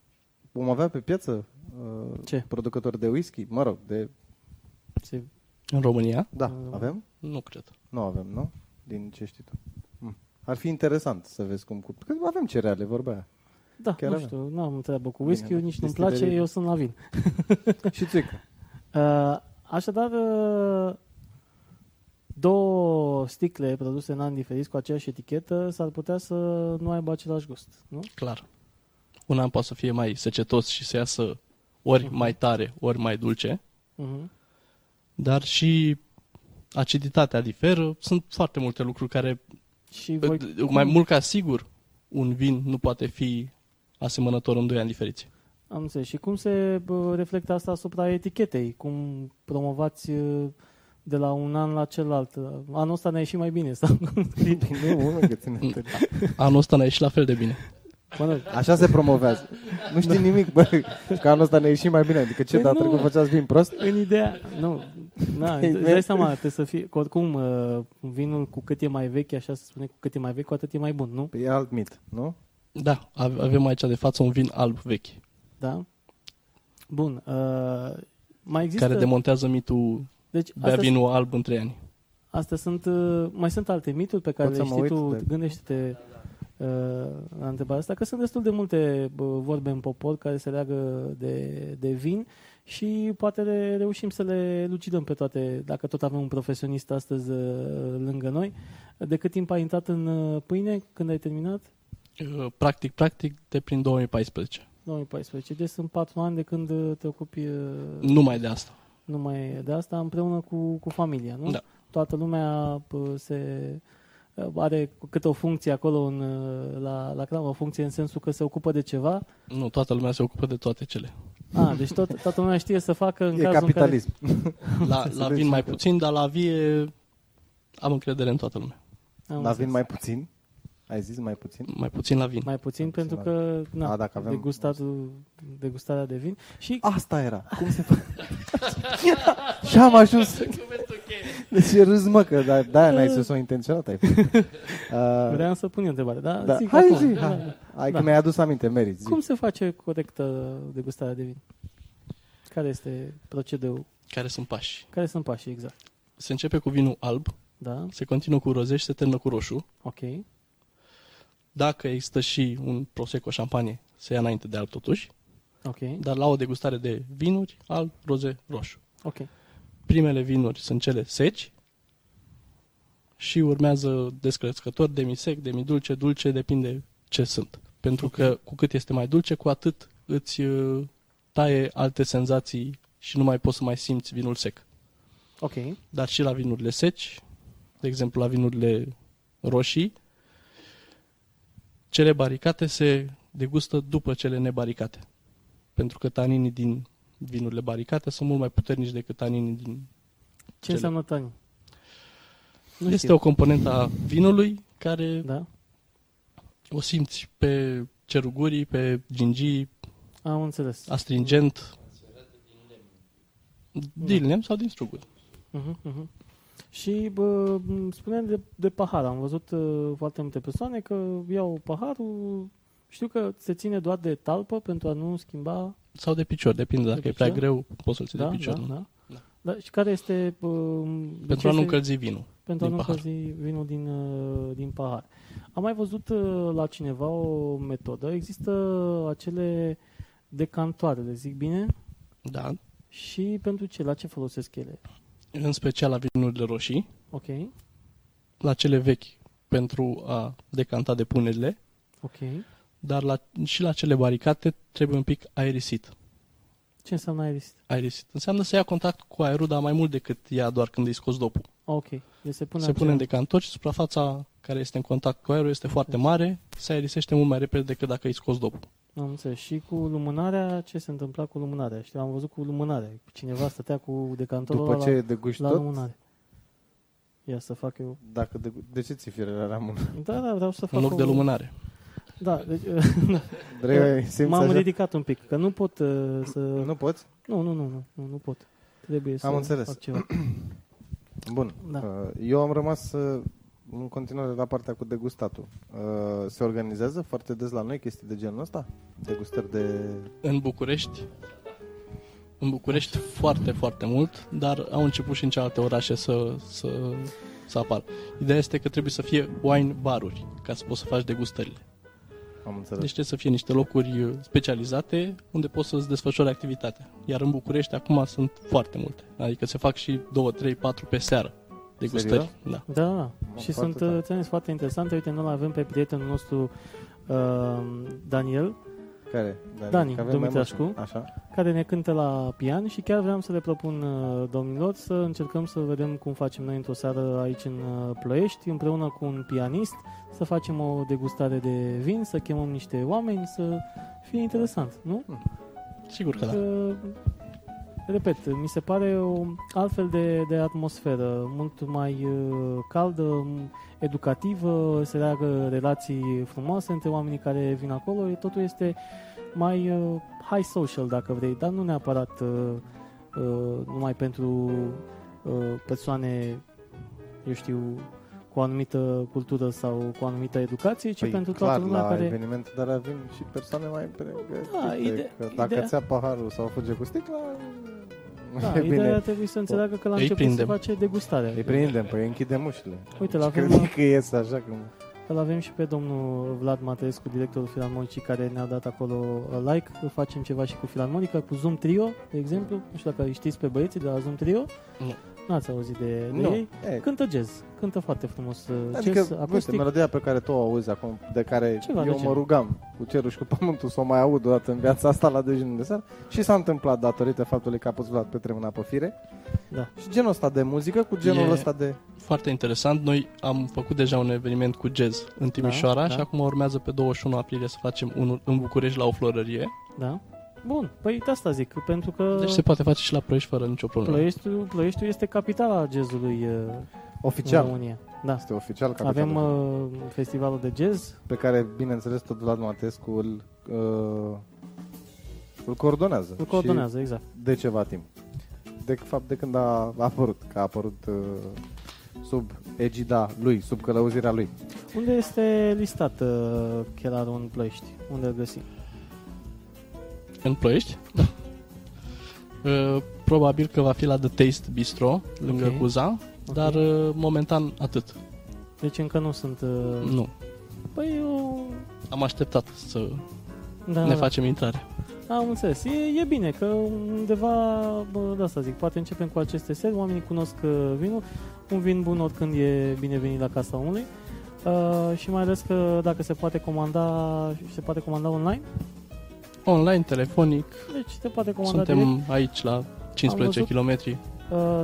Speaker 2: vom avea pe piață uh,
Speaker 1: Ce?
Speaker 2: producători de whisky, mă rog, de...
Speaker 1: Se...
Speaker 4: În România?
Speaker 2: Da,
Speaker 1: Mm.
Speaker 2: avem?
Speaker 4: Nu cred.
Speaker 2: Nu avem, nu? Din ce știi tu. Mm. Ar fi interesant să vezi cum... cu- Că avem cereale, vorbea aia.
Speaker 1: Da,
Speaker 2: Chiar
Speaker 1: nu
Speaker 2: avem.
Speaker 1: știu, nu am treabă cu whisky,
Speaker 2: Bine, da.
Speaker 1: nici nu-mi
Speaker 2: destilerie.
Speaker 1: place, eu sunt la vin.
Speaker 2: și țuică.
Speaker 1: Uh, Așadar, uh, două sticle produse în ani diferiți cu aceeași etichetă s-ar putea să nu aibă același gust, nu?
Speaker 4: Clar. Un an poate să fie mai secetos și să iasă ori mai tare, ori mai dulce,
Speaker 1: Uh-huh.
Speaker 4: dar și aciditatea diferă. Sunt foarte multe lucruri care
Speaker 1: Și voi...
Speaker 4: Voi... Mai mult ca sigur, un vin nu poate fi asemănător în doi ani diferiți.
Speaker 1: Am înțeles. Și cum se bă, reflectă asta asupra etichetei? Cum promovați uh, de la un an la celălalt? Anul ăsta ne-a ieșit mai bine. Sau?
Speaker 2: Bine, unul că ține atât.
Speaker 4: Anul ăsta ne-a ieșit la fel de bine.
Speaker 1: Mă rog,
Speaker 2: Așa se promovează. Nu știi nimic, bă. Că anul ăsta ne-a ieșit mai bine. Adică ce,
Speaker 1: Păi
Speaker 2: dar
Speaker 1: nu.
Speaker 2: trecut făceați vin prost?
Speaker 1: în ideea... Nu, na,
Speaker 2: Ei,
Speaker 1: îți
Speaker 2: vezi?
Speaker 1: dai seama, trebuie să fie... Că oricum, uh, vinul cu cât e mai vechi, așa se spune, cu cât e mai vechi, cu atât e mai bun, nu?
Speaker 2: Păi E alt mit, nu?
Speaker 4: Da, ave- avem aici de față un vin alb vechi, Există?
Speaker 1: Da? Bun. Uh, mai există...
Speaker 4: care demontează mitul
Speaker 1: deci,
Speaker 4: bea
Speaker 1: astea,
Speaker 4: vinul alb în trei ani.
Speaker 1: astea sunt... uh, Mai sunt alte mituri pe care
Speaker 2: Pot
Speaker 1: le
Speaker 2: să mă
Speaker 1: știi
Speaker 2: uit da.
Speaker 1: tu,
Speaker 2: de-
Speaker 1: gândește-te uh, la întrebarea asta, că sunt destul de multe bă, vorbe în popor care se leagă de, de vin și poate le reușim să le lucidăm pe toate, dacă tot avem un profesionist astăzi uh, lângă noi. De cât timp ai intrat în uh, pâine când ai terminat?
Speaker 4: Uh, Practic, practic, de prin 2014.
Speaker 1: 2014. Deci sunt patru ani de când uh, te ocupi uh,
Speaker 4: Numai de asta.
Speaker 1: numai de asta, împreună cu, cu familia, nu?
Speaker 4: Da.
Speaker 1: Toată lumea pă, se uh, are câte o funcție acolo în, uh, la, la cramă, o funcție în sensul că se ocupă de ceva.
Speaker 4: Nu, toată lumea se ocupă de toate cele.
Speaker 1: Ah, deci tot, toată lumea știe să facă în
Speaker 2: e
Speaker 1: cazul
Speaker 2: capitalism.
Speaker 4: La,
Speaker 2: Să
Speaker 4: la
Speaker 2: vezi
Speaker 4: vin mai
Speaker 2: că-
Speaker 4: puțin, dar la vie am încredere în toată lumea.
Speaker 1: în care...
Speaker 2: Dar
Speaker 1: Am
Speaker 2: vin
Speaker 1: înțeles.
Speaker 2: mai puțin? Ai zis mai puțin?
Speaker 4: Mai puțin la vin.
Speaker 1: mai puțin
Speaker 2: Mai
Speaker 1: pentru
Speaker 2: puțin
Speaker 1: că na,
Speaker 2: A, dacă avem- Ah.
Speaker 1: degustatul, degustarea de vin și
Speaker 2: Asta era. Cum se face? și am ajuns. Deci e râs, mă, că da, da n-ai sus-o intenționat. Ai făcut. uh,
Speaker 1: vreau să pun eu întrebare, da?
Speaker 2: da.
Speaker 1: Zic
Speaker 2: Hai
Speaker 1: acum.
Speaker 2: zi, hai. Hai că
Speaker 1: Da.
Speaker 2: mi-ai adus aminte, merit.
Speaker 1: Cum se face corectă degustarea de vin? Care este procedeul?
Speaker 4: Care sunt pași?
Speaker 1: Care sunt pașii exact?
Speaker 4: Se începe cu vinul alb,
Speaker 1: Da?
Speaker 4: se continuă cu roze și se termină cu roșu.
Speaker 1: Ok.
Speaker 4: dacă există și un prosecco șampanie, se ia înainte de alb totuși,
Speaker 1: Ok,
Speaker 4: dar la o degustare de vinuri, alb, roze, roșu.
Speaker 1: ok.
Speaker 4: Primele vinuri sunt cele seci și urmează descrescător, demisec, demidulce, dulce, depinde ce sunt. Pentru că cu cât este mai dulce, cu atât îți uh, taie alte senzații și nu mai poți să mai simți vinul sec.
Speaker 1: Ok,
Speaker 4: Dar și la vinurile seci, de exemplu la vinurile roșii, cele baricate se degustă după cele nebaricate. Pentru că taninii din vinurile baricate sunt mult mai puternici decât taninii din
Speaker 1: ce
Speaker 4: Cele-
Speaker 1: înseamnă tani? Nu
Speaker 4: este
Speaker 1: știu.
Speaker 4: o componentă a vinului care
Speaker 1: Da?
Speaker 4: o simți pe cerugurii, pe gingii,
Speaker 1: Am înțeles.
Speaker 4: astringent. Din lemn sau din struguri.
Speaker 1: Uh-huh, uh-huh. Și bă, m- spuneam de, de pahar. Am văzut uh, foarte multe persoane că iau paharul, știu că se ține doar de talpă pentru a nu schimba,
Speaker 4: Sau de picior, depinde. Dacă e prea
Speaker 1: picior?
Speaker 4: greu, poți să-l ții
Speaker 1: da,
Speaker 4: de picior.
Speaker 1: da,
Speaker 4: nu?
Speaker 1: da?
Speaker 4: Da.
Speaker 1: Da, și care este bă, de ce
Speaker 4: Pentru a nu
Speaker 1: se-
Speaker 4: încălzi vinul.
Speaker 1: pentru a
Speaker 4: din
Speaker 1: nu
Speaker 4: pahar.
Speaker 1: căzi vinul din, uh, din pahar. Am mai văzut uh, la cineva o metodă. Există acele decantoare, le zic bine,
Speaker 4: Da.
Speaker 1: și pentru ce? La ce folosesc ele?
Speaker 4: În special la vinurile roșii,
Speaker 1: Ok,
Speaker 4: la cele vechi pentru a decanta depunerile,
Speaker 1: ok.
Speaker 4: dar la, și la cele baricate trebuie un pic aerisit.
Speaker 1: Ce înseamnă aerisit?
Speaker 4: Aerisit înseamnă să ia contact cu aerul, dar mai mult decât ea doar când îi scoți dopul.
Speaker 1: Ok, deci se pune
Speaker 4: se pune în
Speaker 1: acela-
Speaker 4: decantor și suprafața care este în contact cu aerul este foarte
Speaker 1: Exact.
Speaker 4: mare, se aerisește mult mai repede decât dacă îi scoți dopul.
Speaker 1: Am înțeles. Și cu lumânarea, ce se întâmpla cu lumânarea? Știu, am văzut cu lumânarea. Cineva stătea cu decantorul
Speaker 2: După
Speaker 1: ăla
Speaker 2: ce
Speaker 1: la,
Speaker 2: deguși
Speaker 1: la
Speaker 2: tot,
Speaker 1: lumânare. Ia să fac eu.
Speaker 2: dacă de, de ce ți firele la mână?
Speaker 1: Da, da, vreau să fac
Speaker 4: În loc
Speaker 1: o...
Speaker 4: de lumânare.
Speaker 1: Da, deci,
Speaker 2: Drei, simți
Speaker 1: m-am
Speaker 2: așa?
Speaker 1: ridicat un pic, că nu pot uh, să...
Speaker 2: Nu poți?
Speaker 1: Nu, nu, nu, nu, nu, nu pot. Trebuie să
Speaker 2: Am înțeles.
Speaker 1: fac ceva.
Speaker 2: Bun.
Speaker 1: Da.
Speaker 2: Uh, Eu am rămas uh, în continuare la partea cu degustatul. Uh, Se organizează foarte des la noi chestii de genul ăsta? Degustări de...
Speaker 4: În București, în București foarte, foarte mult, dar au început și în cealaltă orașe să, să, să apară. Ideea este că trebuie să fie wine baruri ca să poți să faci degustările.
Speaker 2: Am
Speaker 4: Deci
Speaker 2: înțeles.
Speaker 4: trebuie să fie niște locuri uh, specializate unde poți să-ți desfășori activitatea. Iar în București acum sunt foarte multe. Adică se fac și 2, 3, 4 pe seară degustări.
Speaker 2: Serios?
Speaker 4: Da.
Speaker 1: Da, da. și
Speaker 2: foarte
Speaker 1: sunt,
Speaker 2: tare.
Speaker 1: uh, ți-am zis, foarte interesante. Uite, noi avem pe prietenul nostru uh, Daniel,
Speaker 2: Care?
Speaker 1: Dani
Speaker 2: că avem mai mulți.
Speaker 1: Dumitrașcu,
Speaker 2: Așa?
Speaker 1: care ne cântă la pian și chiar vreau să le propun uh, domnilor să încercăm să vedem cum facem noi într-o seară aici în uh, Ploiești, împreună cu un pianist, să facem o degustare de vin, să chemăm niște oameni, să fie interesant, nu?
Speaker 4: Sigur că da.
Speaker 1: Că, repet, mi se pare o altfel de, de atmosferă, mult mai uh, caldă, m- educativă, se leagă relații frumoase între oamenii care vin acolo, e- totul este mai uh, high social, dacă vrei, dar nu neapărat uh, uh, numai pentru uh, persoane, eu știu, cu o anumită cultură sau cu o anumită educație, ci pentru
Speaker 2: Păi, clar,
Speaker 1: toată lumea
Speaker 2: la
Speaker 1: care...
Speaker 2: eveniment, dar vin și persoane mai pregătite.
Speaker 1: Da, ide-
Speaker 2: că dacă
Speaker 1: ideea-
Speaker 2: ți ia paharul sau fuge cu sticla,
Speaker 1: Da,
Speaker 2: e
Speaker 1: ideea
Speaker 2: bine.
Speaker 1: trebuie să înțeleagă că la
Speaker 4: Îi
Speaker 1: început
Speaker 4: prindem.
Speaker 1: se face degustarea.
Speaker 2: Îi prindem, păi închidem ușile.
Speaker 1: Uite, la
Speaker 2: Și
Speaker 1: fel-
Speaker 2: Cred că iese așa cum...
Speaker 1: Îl avem și pe domnul Vlad Mateescu, directorul Filarmonicii, care ne-a dat acolo uh, like. Facem ceva și cu Filarmonica, cu Zoom Trio, de exemplu. Nu știu dacă îi știți pe băieții de la Zoom Trio.
Speaker 4: Nu.
Speaker 1: N-ați auzit de, de
Speaker 2: Nu,
Speaker 1: ei.
Speaker 2: e,
Speaker 1: Cântă jazz. Cântă foarte frumos uh, jazz
Speaker 2: Adică, nu știu,
Speaker 1: acustic.
Speaker 2: melodia pe care tu o auzi acum, de care
Speaker 1: Ceva de
Speaker 2: eu mă
Speaker 1: genul.
Speaker 2: rugam cu cerul și cu pământul să o mai aud o dată în viața asta la dejunul de seară și s-a întâmplat datorită faptului că a pus Vlad Petre mâna pe fire.
Speaker 1: Da.
Speaker 2: Și genul ăsta de muzică cu genul
Speaker 4: E-
Speaker 2: ăsta de...
Speaker 4: Foarte interesant. Noi am făcut deja un eveniment cu jazz în Timișoara
Speaker 1: da.
Speaker 4: și acum urmează pe 21 aprilie să facem unul în București la o florărie.
Speaker 1: Da. Bun, păi de asta zic, pentru că
Speaker 4: Deci se poate face și la Ploiești fără nicio problemă.
Speaker 1: Ploieștiul, Ploieștiul este capitala jazzului uh, în
Speaker 2: Oficial.
Speaker 1: România. Da.
Speaker 2: Este oficial
Speaker 1: Avem
Speaker 2: capitalul. Avem,
Speaker 1: uh, festivalul de jazz,
Speaker 2: Pe care, bineînțeles, tot Vlad Matescu îl, uh, îl coordonează.
Speaker 1: îl coordonează, exact.
Speaker 2: Și de ceva timp. De fapt, de când a apărut, că a apărut uh, sub egida lui, sub călăuzirea lui.
Speaker 1: Unde este listat uh, chelarul în Ploiești? Unde îl găsim?
Speaker 4: În Ploiești? Da. Uh, Probabil că va fi la The Taste Bistro, lângă
Speaker 1: Ok.
Speaker 4: Cuza, dar uh, momentan atât. Mm.
Speaker 1: Deci încă nu sunt... Uh,
Speaker 4: Nu.
Speaker 1: Păi eu
Speaker 4: am așteptat să
Speaker 1: Da,
Speaker 4: ne
Speaker 1: da.
Speaker 4: facem intrare.
Speaker 1: Am înțeles. E, e bine că undeva, bă, de asta zic, poate începem cu aceste seri, oamenii cunosc uh, vinul, un vin bun oricând e binevenit la casa omului uh, și mai ales că dacă se poate comanda, se poate comanda online,
Speaker 4: Online, telefonic,
Speaker 1: deci se poate comanda
Speaker 4: suntem
Speaker 1: direct.
Speaker 4: aici la 15
Speaker 1: văzut.
Speaker 4: km.
Speaker 1: Uh,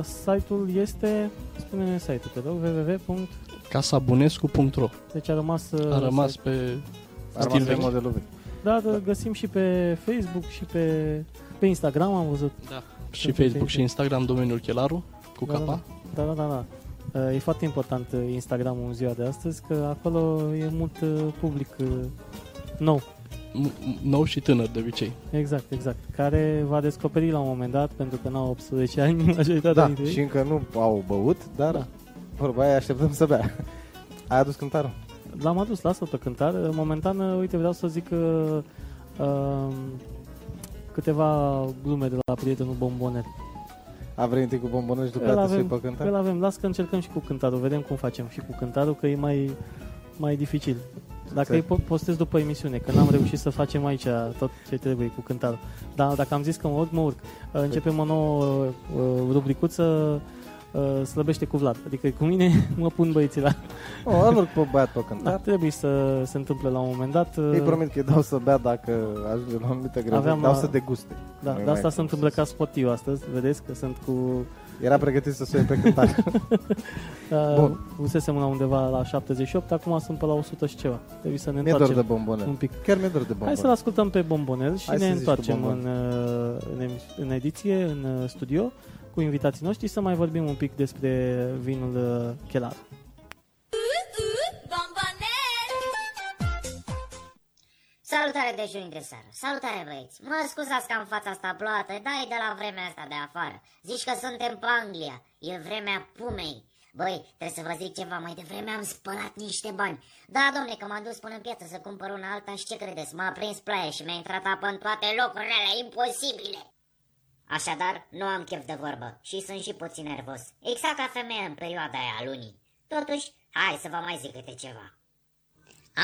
Speaker 1: site-ul este, spune-ne site-ul, te rog, www.
Speaker 4: Casabunescu.ro
Speaker 1: Deci a rămas... uh,
Speaker 4: A rămas
Speaker 1: site.
Speaker 4: pe...
Speaker 2: Ar
Speaker 4: Stil
Speaker 2: fi
Speaker 4: vechi.
Speaker 2: modelul vechi.
Speaker 1: Dar uh, găsim și pe Facebook și pe, pe Instagram, am văzut.
Speaker 4: Da. Și
Speaker 1: Sunt
Speaker 4: Facebook
Speaker 1: pe
Speaker 4: și Instagram, domeniul Chelaru, cu
Speaker 1: Da, da,
Speaker 4: capa.
Speaker 1: Da, da, da, da. Uh, E foarte important uh, Instagramul în ziua de astăzi, că acolo e mult uh, public uh, nou,
Speaker 4: M- Nou și tânăr de obicei.
Speaker 1: exact, exact, care va descoperi la un moment dat, pentru că n-au 18 ani majoritatea
Speaker 2: Da,
Speaker 1: dintre ei.
Speaker 2: și încă nu au băut, dar
Speaker 1: Da.
Speaker 2: da. vorba aia așteptăm să bea. Ai adus cântarul?
Speaker 1: L-am adus, lasă-o pe cântar. Momentan, uh, uite, vreau să zic uh, uh, câteva glume de la prietenul Bombonet.
Speaker 2: A venit întâi cu bombonul și după
Speaker 1: Îl
Speaker 2: aceea să-i
Speaker 1: avem,
Speaker 2: pe
Speaker 1: Îl
Speaker 2: cântar?
Speaker 1: avem, las că încercăm și cu cântarul, vedem cum facem și cu cântarul, că e mai, mai dificil. Dacă îi
Speaker 2: Înțeleg.
Speaker 1: po- postez după emisiune, că n-am reușit să facem aici tot ce trebuie cu cântarul. Dar dacă am zis că mă urc, mă urc. Începem o nouă uh, rubricuță, uh, slăbește cu Vlad. Adică cu mine mă pun băieții la...
Speaker 2: O, îl urc pe băiat pe
Speaker 1: Dar
Speaker 2: cântar.
Speaker 1: trebuie să se întâmple la un moment dat. uh,
Speaker 2: Da. Îi promit că îi dau să bea dacă ajunge la o anumită grădă.
Speaker 1: Aveam
Speaker 2: dau
Speaker 1: la-
Speaker 2: să deguste.
Speaker 1: Da,
Speaker 2: Nu-i
Speaker 1: de
Speaker 2: mai
Speaker 1: asta se
Speaker 2: cum
Speaker 1: întâmplă
Speaker 2: să-
Speaker 1: ca spotiu astăzi, vedeți că sunt cu...
Speaker 2: Era pregătit să suie pe cântar.
Speaker 1: Uh,
Speaker 2: Bun.
Speaker 1: pusesem la undeva la 78, acum sunt pe la 100 și ceva. Trebuie să ne
Speaker 2: mi-e dor de
Speaker 1: întoarcem un
Speaker 2: bombonel.
Speaker 1: pic.
Speaker 2: Chiar mi-e dor de bombonel.
Speaker 1: Hai să-l ascultăm pe Bombonel și
Speaker 2: Hai să
Speaker 1: ne
Speaker 2: zici tu,
Speaker 1: întoarcem în,
Speaker 2: Bombonel.
Speaker 1: uh, în, emis- în ediție, în uh, studio, cu invitații noștri să mai vorbim un pic despre vinul uh, chelar.
Speaker 5: Salutare dejun de seară, salutare băieți Mă scuzați că am fața asta ploată, dar e de la vremea asta de afară Zici că suntem pe Anglia, e vremea pumei Băi, trebuie să vă zic ceva, mai devreme am spălat niște bani Da, domne, că m-am dus până în piață să cumpăr una alta și ce credeți? M-a prins plaia și mi-a intrat apă în toate locurile imposibile Așadar, nu am chef de vorbă și sunt și puțin nervos. Exact ca femeia în perioada aia a lunii. Totuși, hai să vă mai zic câte ceva.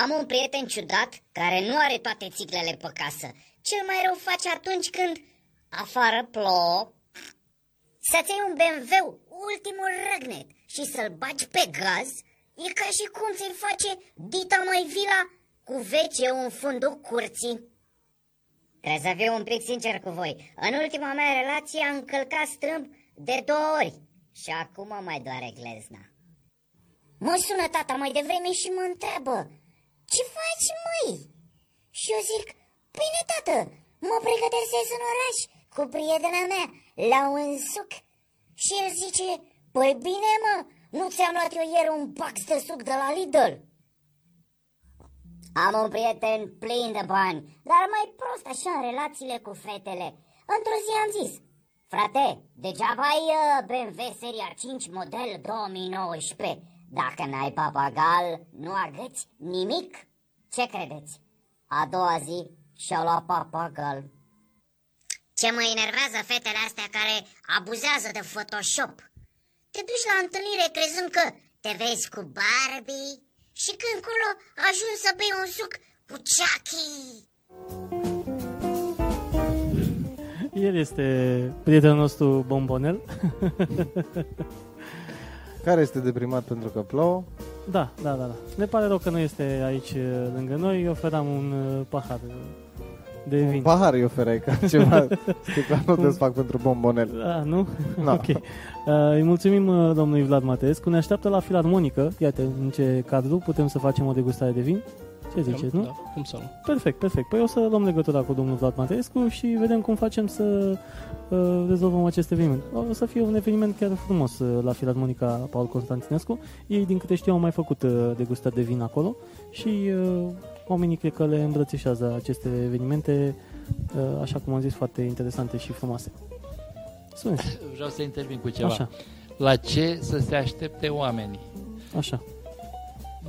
Speaker 5: Am un prieten ciudat care nu are toate țiclele pe casă. Cel mai rău face atunci când afară plouă. Să-ți iei un BMW, ultimul răgnet, și să-l bagi pe gaz, e ca și cum ți-l face dita mai vila cu vece în fundul curții. Trebuie să fiu un pic sincer cu voi. În ultima mea relație am călcat strâmb de două ori. Și acum mă mai doare glezna. Mă sună tata mai devreme și mă întreabă. Ce faci, măi? Și eu zic, bine, tată, mă pregătesc să ies în oraș cu prietena mea la un suc. Și el zice, păi bine, mă, nu ți-am luat eu ieri un box de suc de la Lidl? Am un prieten plin de bani, dar mai prost așa în relațiile cu fetele. Într-o zi am zis, frate, degeaba ai uh, BMW seria 5 model 2019. Dacă n-ai papagal, nu agăți nimic. Ce credeți? A doua zi și-a luat papagal. Ce mă enervează fetele astea care abuzează de Photoshop te duci la întâlnire crezând că te vezi cu Barbie și când colo ajungi să bei un suc cu Chucky.
Speaker 1: El este prietenul nostru Bombonel.
Speaker 2: Care este deprimat pentru că plouă?
Speaker 1: Da, da, da, da. Ne pare rău că nu este aici uh, lângă noi. Îi Oferam un uh, pahar uh, de
Speaker 2: Un
Speaker 1: vin.
Speaker 2: pahar îi ofereai ca ceva. Sticla nu te fac pentru bombonel.
Speaker 1: Da, nu?
Speaker 2: Da.
Speaker 1: Ok. Uh, îi mulțumim uh, domnului Vlad Mateescu. Ne așteaptă la filarmonică. Iată în ce cadru putem să facem o degustare de vin. Ce ziceți, nu?
Speaker 4: Da, cum să nu?
Speaker 1: Perfect, perfect. Păi o să luăm legătura cu domnul Vlad Mateescu și vedem cum facem să uh, rezolvăm acest eveniment. O să fie un eveniment chiar frumos uh, la Filarmonica Paul Constantinescu. Ei, din câte știu, au mai făcut uh, degustări de vin acolo și uh, oamenii cred că le îmbrățișează aceste evenimente, uh, așa cum am zis, foarte interesante și frumoase. Spune,
Speaker 3: Vreau să intervin cu ceva.
Speaker 1: așa,
Speaker 3: La ce să se aștepte oamenii?
Speaker 1: așa.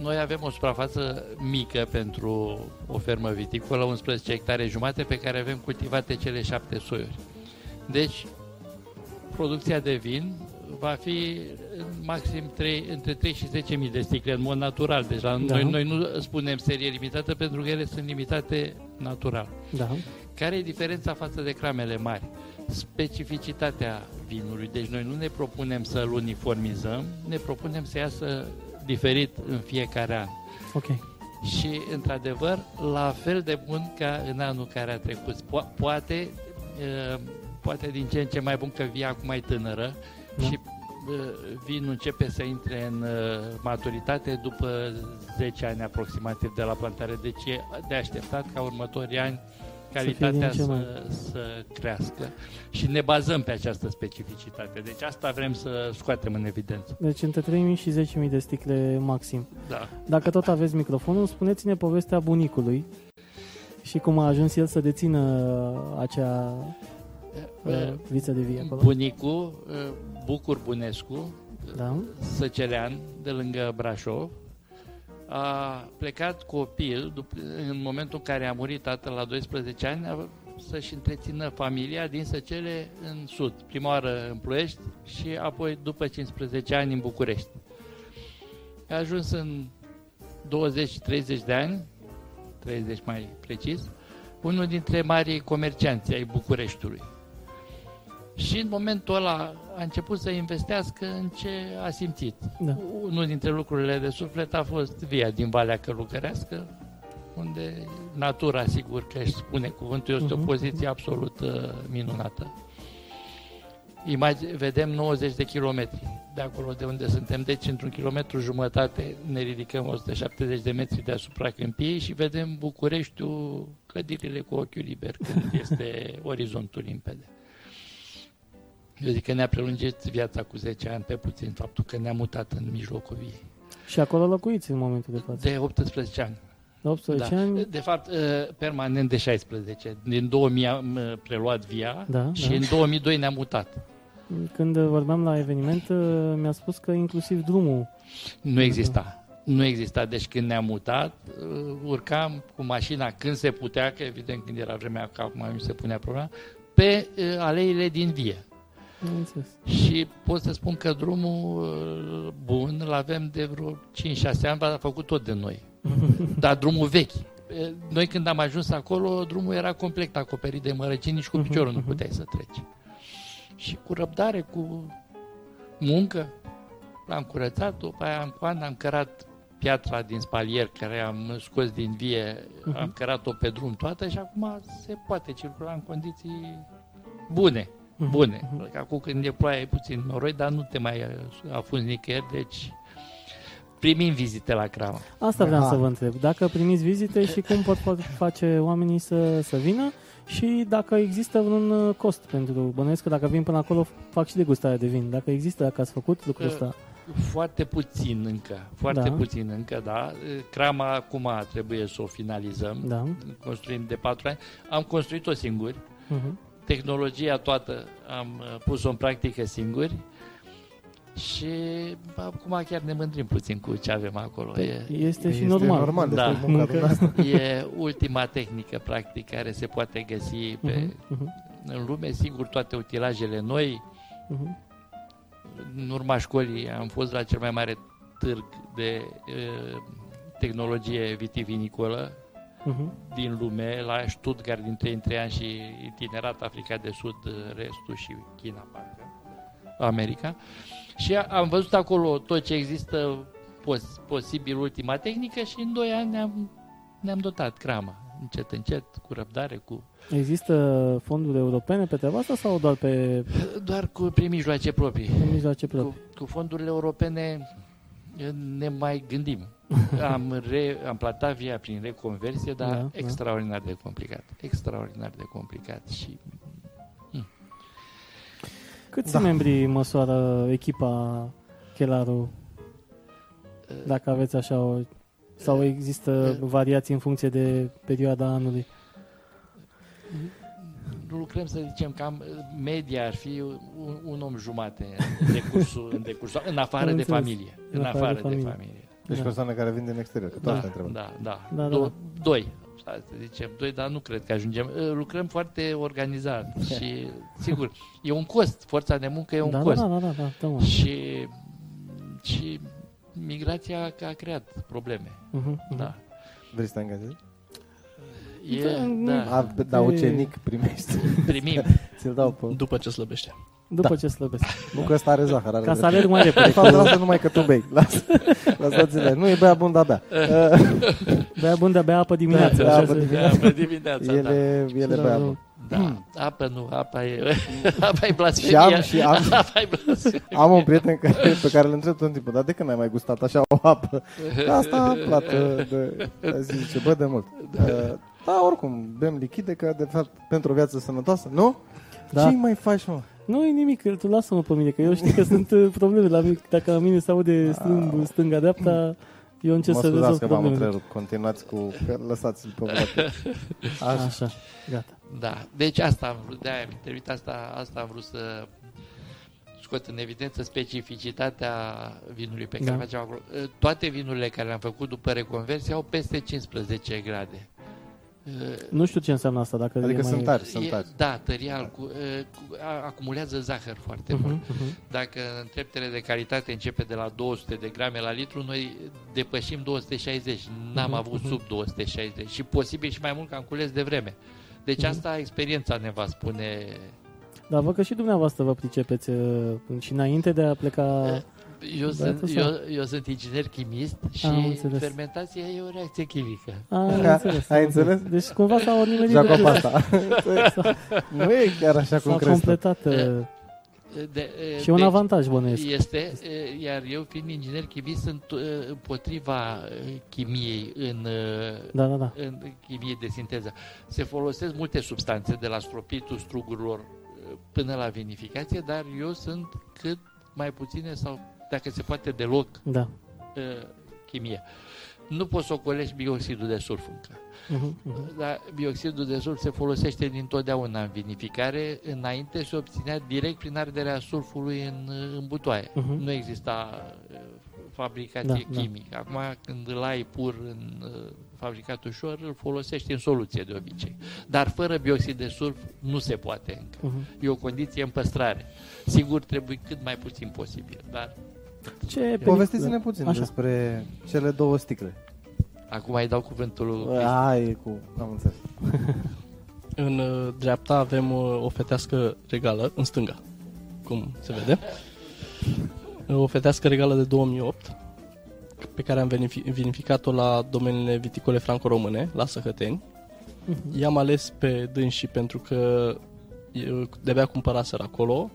Speaker 3: Noi avem o suprafață mică pentru o fermă viticolă, 11 hectare jumate, pe care avem cultivate cele șapte soiuri. Deci, producția de vin va fi în maxim 3, între 3 și 10.000 de sticle, în mod natural. Deci la da. noi, noi nu spunem serie limitată pentru că ele sunt limitate natural.
Speaker 1: Da.
Speaker 3: Care e diferența față de cramele mari? Specificitatea vinului. Deci noi nu ne propunem să-l uniformizăm, ne propunem să iasă diferit în fiecare an.
Speaker 1: Ok.
Speaker 3: Și, într-adevăr, la fel de bun ca în anul care a trecut. Po- poate, uh, poate din ce în ce mai bun că via acum mai tânără
Speaker 1: Da.
Speaker 3: și uh, vinul începe să intre în uh, maturitate după 10 ani aproximativ de la plantare. Deci e de așteptat ca următorii ani
Speaker 1: fie
Speaker 3: calitatea
Speaker 1: din ce
Speaker 3: să,
Speaker 1: mai-
Speaker 3: să, să crească și ne bazăm pe această specificitate. Deci asta vrem să scoatem în evidență.
Speaker 1: Deci între 3.000 și 10.000 de sticle maxim.
Speaker 3: Da.
Speaker 1: Dacă tot aveți microfonul, spuneți-ne povestea bunicului și cum a ajuns el să dețină acea uh, viță de vie acolo.
Speaker 3: Bunicul, uh, Bucur Bunescu,
Speaker 1: Da?
Speaker 3: săcelean de lângă Brașov, a plecat copil dup- în momentul în care a murit tatăl la 12 ani a- să-și întrețină familia din Săcele în Sud, prima oară în Ploiești și apoi după 15 ani în București. A ajuns în 20-30 de ani, 30 mai precis, unul dintre marii comercianți ai Bucureștiului. Și în momentul ăla a început să investească în ce a simțit.
Speaker 1: Da.
Speaker 3: Unul dintre lucrurile de suflet a fost via din Valea Călugărească, unde natura, sigur că își spune cuvântul, este o
Speaker 1: Mhm.
Speaker 3: poziție absolut uh, minunată. Imagine, vedem 90 de kilometri de acolo de unde suntem, deci într-un kilometru jumătate ne ridicăm 170 de metri deasupra câmpiei și vedem Bucureștiul, clădirile cu ochiul liber când este orizontul limpede. Eu zic că ne-a prelungit viața cu 10 ani pe puțin faptul că ne-a mutat în mijlocul viei.
Speaker 1: Și acolo locuiți în momentul de față.
Speaker 3: De 18 ani.
Speaker 1: De 18 da. ani,
Speaker 3: De fapt, eh, permanent de 16. Din 2000 am eh, preluat via
Speaker 1: Da,
Speaker 3: și
Speaker 1: da.
Speaker 3: în 2002 ne-am mutat.
Speaker 1: când vorbeam la eveniment, uh, mi-a spus că inclusiv drumul.
Speaker 3: Nu exista. Nu exista. Deci când ne-am mutat, eh, urcam cu mașina când se putea, că evident când era vremea că acum nu se punea problema, pe eh, aleile din vie.
Speaker 1: Am înțeles.
Speaker 3: Și pot să spun că drumul uh, bun îl avem de vreo 5-6 ani, l-a făcut tot de noi. Dar drumul vechi. Uh, Noi când am ajuns acolo, drumul era complet acoperit de mărăcini, nici cu piciorul nu puteai să treci. Și cu răbdare, cu muncă, l-am curățat, după aia am, cu an am cărat piatra din spalier care am scos din vie, am cărat-o pe drum toată și acum se poate circula în condiții bune bune.
Speaker 1: Mhm.
Speaker 3: Adică Acum când e ploaie e puțin noroi, dar nu te mai uh, afunzi nicăieri, deci primim vizite la cramă.
Speaker 1: Asta vreau
Speaker 2: Da.
Speaker 1: să vă întreb. Dacă primiți vizite și cum pot pot face oamenii să, să vină și dacă există un uh, cost pentru bănuiesc că dacă vin până acolo fac și degustare de vin. Dacă există, dacă ați făcut lucrul
Speaker 3: Uh,
Speaker 1: ăsta.
Speaker 3: Foarte puțin încă, foarte
Speaker 1: Da.
Speaker 3: da. puțin încă, da. Crama acum trebuie să o finalizăm,
Speaker 1: Da.
Speaker 3: construim de patru ani. Am construit-o singuri,
Speaker 1: Uh-huh.
Speaker 3: tehnologia toată am uh, pus-o în practică singuri și acum chiar ne mândrim puțin cu ce avem acolo.
Speaker 1: Păi,
Speaker 3: e...
Speaker 1: Este și Deci normal.
Speaker 2: normal
Speaker 3: Da.
Speaker 2: da. munca
Speaker 1: Muncă.
Speaker 2: dumneavoastră.
Speaker 3: E ultima tehnică, practic, care se poate găsi pe,
Speaker 1: Mhm, mhm,
Speaker 3: în lume. Sigur, toate utilajele noi.
Speaker 1: mhm.
Speaker 3: În urma școlii am fost la cel mai mare târg de uh, tehnologie vitivinicolă
Speaker 1: Mhm.
Speaker 3: din lume, la Stuttgart dintre 3 ani și itinerat Africa de Sud, uh, restul și China, parcă, America. Și a- am văzut acolo tot ce există pos- posibil ultima tehnică și în 2 ani ne-am, ne-am dotat crama, încet, încet, cu răbdare, cu
Speaker 1: Există fonduri europene pe treaba asta sau doar pe,
Speaker 3: Doar cu prin mijloace proprii.
Speaker 1: pe mijloace
Speaker 3: Cu,
Speaker 1: proprii?
Speaker 3: cu fondurile europene eh, ne mai gândim. Am, re, am platat via prin reconversie, dar
Speaker 1: Da,
Speaker 3: da,
Speaker 1: da.
Speaker 3: extraordinar de complicat. Extraordinar de complicat și
Speaker 1: Câți
Speaker 2: Da.
Speaker 1: membri măsoară echipa Chelaru? Dacă aveți așa o... Sau există variații în funcție de perioada anului?
Speaker 3: nu lucrăm să zicem că am, eh, media ar fi un, un om jumate în decursul, în, decursul, în afară
Speaker 1: Am
Speaker 3: de
Speaker 1: înțeles.
Speaker 3: familie. În afară de familie.
Speaker 2: Deci persoane care vin din exterior, că
Speaker 1: Da,
Speaker 2: toată da.
Speaker 3: Da, da.
Speaker 1: Da,
Speaker 3: da,
Speaker 1: da.
Speaker 3: Do- Doi. hai să zicem, doi, dar nu cred că ajungem. Uh, Lucrăm foarte organizat și, sigur, e un cost. Forța de muncă e un
Speaker 1: da, da,
Speaker 3: cost.
Speaker 1: da, da, da, da, da, mă.
Speaker 3: Și, și migrația a creat probleme.
Speaker 1: Mhm,
Speaker 3: Da.
Speaker 2: Vrei să te angajezi?
Speaker 3: E,
Speaker 1: nu-
Speaker 3: da,
Speaker 2: A, da, ucenic primești.
Speaker 3: primim.
Speaker 2: Ți-l dau pe...
Speaker 4: După ce slăbește.
Speaker 1: mhm. După ce slăbesc.
Speaker 2: Nu că ăsta are zahăr, are
Speaker 1: Ca să
Speaker 2: dreptate.
Speaker 1: alerg mai
Speaker 2: De
Speaker 1: repede.
Speaker 2: fapt, lasă numai că tu bei. Lasă, lasă Nu e bea bun, da bea.
Speaker 1: Bea bun de bea apă dimineața.
Speaker 2: Da,
Speaker 1: așa
Speaker 2: apă
Speaker 1: se-
Speaker 2: dimineața.
Speaker 3: Da, pe dimineața, da.
Speaker 2: Ele, ele
Speaker 1: Da,
Speaker 2: bea
Speaker 1: da.
Speaker 2: bun.
Speaker 3: Da, apă nu, apa e, apa e
Speaker 2: Și
Speaker 3: blasfemia.
Speaker 2: am, și am,
Speaker 3: Apa e blasfemia.
Speaker 2: am un prieten care, pe care îl întreb tot timpul, dar de când ai mai gustat așa o apă? "Da, Asta plată de... a zis, Zice, bă, de mult. Uh, Da, oricum, bem lichide, că de fapt pentru o viață sănătoasă, nu?
Speaker 1: Da.
Speaker 2: Ce mai faci, mă?
Speaker 1: Nu e nimic, tu lasă-mă pe mine, că eu știu că sunt uh, probleme la mine. Dacă la mine se aude strâmb, stânga-dreapta, eu încerc
Speaker 2: Ah. mă
Speaker 1: să rezolv
Speaker 2: scuzați că v-am
Speaker 1: problemele.
Speaker 2: întrerupt. Continuați cu... că Lăsați-l pe vorbă.
Speaker 1: Așa, gata.
Speaker 3: Da, deci asta am vrut, de-aia am intervenit, asta, asta am vrut să scot în evidență specificitatea vinului pe care
Speaker 1: Da.
Speaker 3: da. facem acolo. Toate vinurile care le-am făcut după reconversie au peste 15 grade. Ă,
Speaker 1: Nu știu ce înseamnă asta, dacă e
Speaker 2: Adică
Speaker 1: mai...
Speaker 2: sunt tari, sunt tari.
Speaker 3: da, tăria alcu- uh, cu- a- acumulează zahăr foarte uh-huh. mult.
Speaker 1: Mhm, mhm.
Speaker 3: Dacă în treptele de calitate începe de la 200 de grame la litru, noi depășim 260. N-am
Speaker 1: Mhm,
Speaker 3: avut
Speaker 1: mhm.
Speaker 3: sub 260 și posibil și mai mult că am cules de vreme. Deci
Speaker 1: Mhm.
Speaker 3: asta experiența ne va spune
Speaker 1: Dar văd că și dumneavoastră vă pricepeți uh, și înainte de a pleca...
Speaker 3: Eu,
Speaker 1: Băiatul
Speaker 3: sunt,
Speaker 1: sau?
Speaker 3: eu, eu sunt inginer chimist și
Speaker 1: Da, Am înțeles.
Speaker 3: fermentația e o reacție chimică.
Speaker 1: Ai Ah, înțeles.
Speaker 2: Ai înțeles?
Speaker 1: Deci cumva s-au nimerit
Speaker 2: Jacob
Speaker 1: dreptul.
Speaker 2: asta.
Speaker 1: Exact.
Speaker 2: nu e chiar așa cum
Speaker 1: S-a
Speaker 2: crezi tu.
Speaker 1: completat uh,
Speaker 3: De, e,
Speaker 1: și un
Speaker 3: deci
Speaker 1: avantaj bănuiesc.
Speaker 3: Este, e, iar eu fiind inginer chimist sunt e, împotriva e, chimiei în, e,
Speaker 1: Da, da, da.
Speaker 3: în chimie de sinteză. Se folosesc multe substanțe de la stropitul strugurilor e, până la vinificație, dar eu sunt cât mai puține sau dacă se poate deloc
Speaker 1: Da.
Speaker 3: e, chimie. Nu poți să ocolești bioxidul de sulf încă.
Speaker 1: Mhm, mhm.
Speaker 3: Dar bioxidul de sulf se folosește dintotdeauna în vinificare. Înainte se obținea direct prin arderea sulfului în, uh, în butoaie.
Speaker 1: Mhm.
Speaker 3: Nu exista uh, fabricație
Speaker 1: Da, da.
Speaker 3: da, chimică. Acum, când îl ai pur în uh, fabricat ușor, îl folosești în soluție de obicei. Dar fără bioxid de sulf nu se poate încă.
Speaker 1: Mhm.
Speaker 3: E o condiție în păstrare. Sigur, trebuie cât mai puțin posibil, dar
Speaker 1: Ce
Speaker 2: Povestiți-ne puțin
Speaker 1: Așa.
Speaker 2: despre cele două sticle.
Speaker 3: acum îi dau cuvântul lui
Speaker 1: Da.
Speaker 3: Cristi.
Speaker 2: Ai cu... Am înțeles.
Speaker 4: În uh, dreapta avem uh, o fetească regală, în stânga, cum se vede. O fetească regală de 2008, pe care am vinifi- vinificat-o la domeniile viticole franco-române, la Săhăteni. I-am ales pe dânsii pentru că eu de-abia cumpăraseră acolo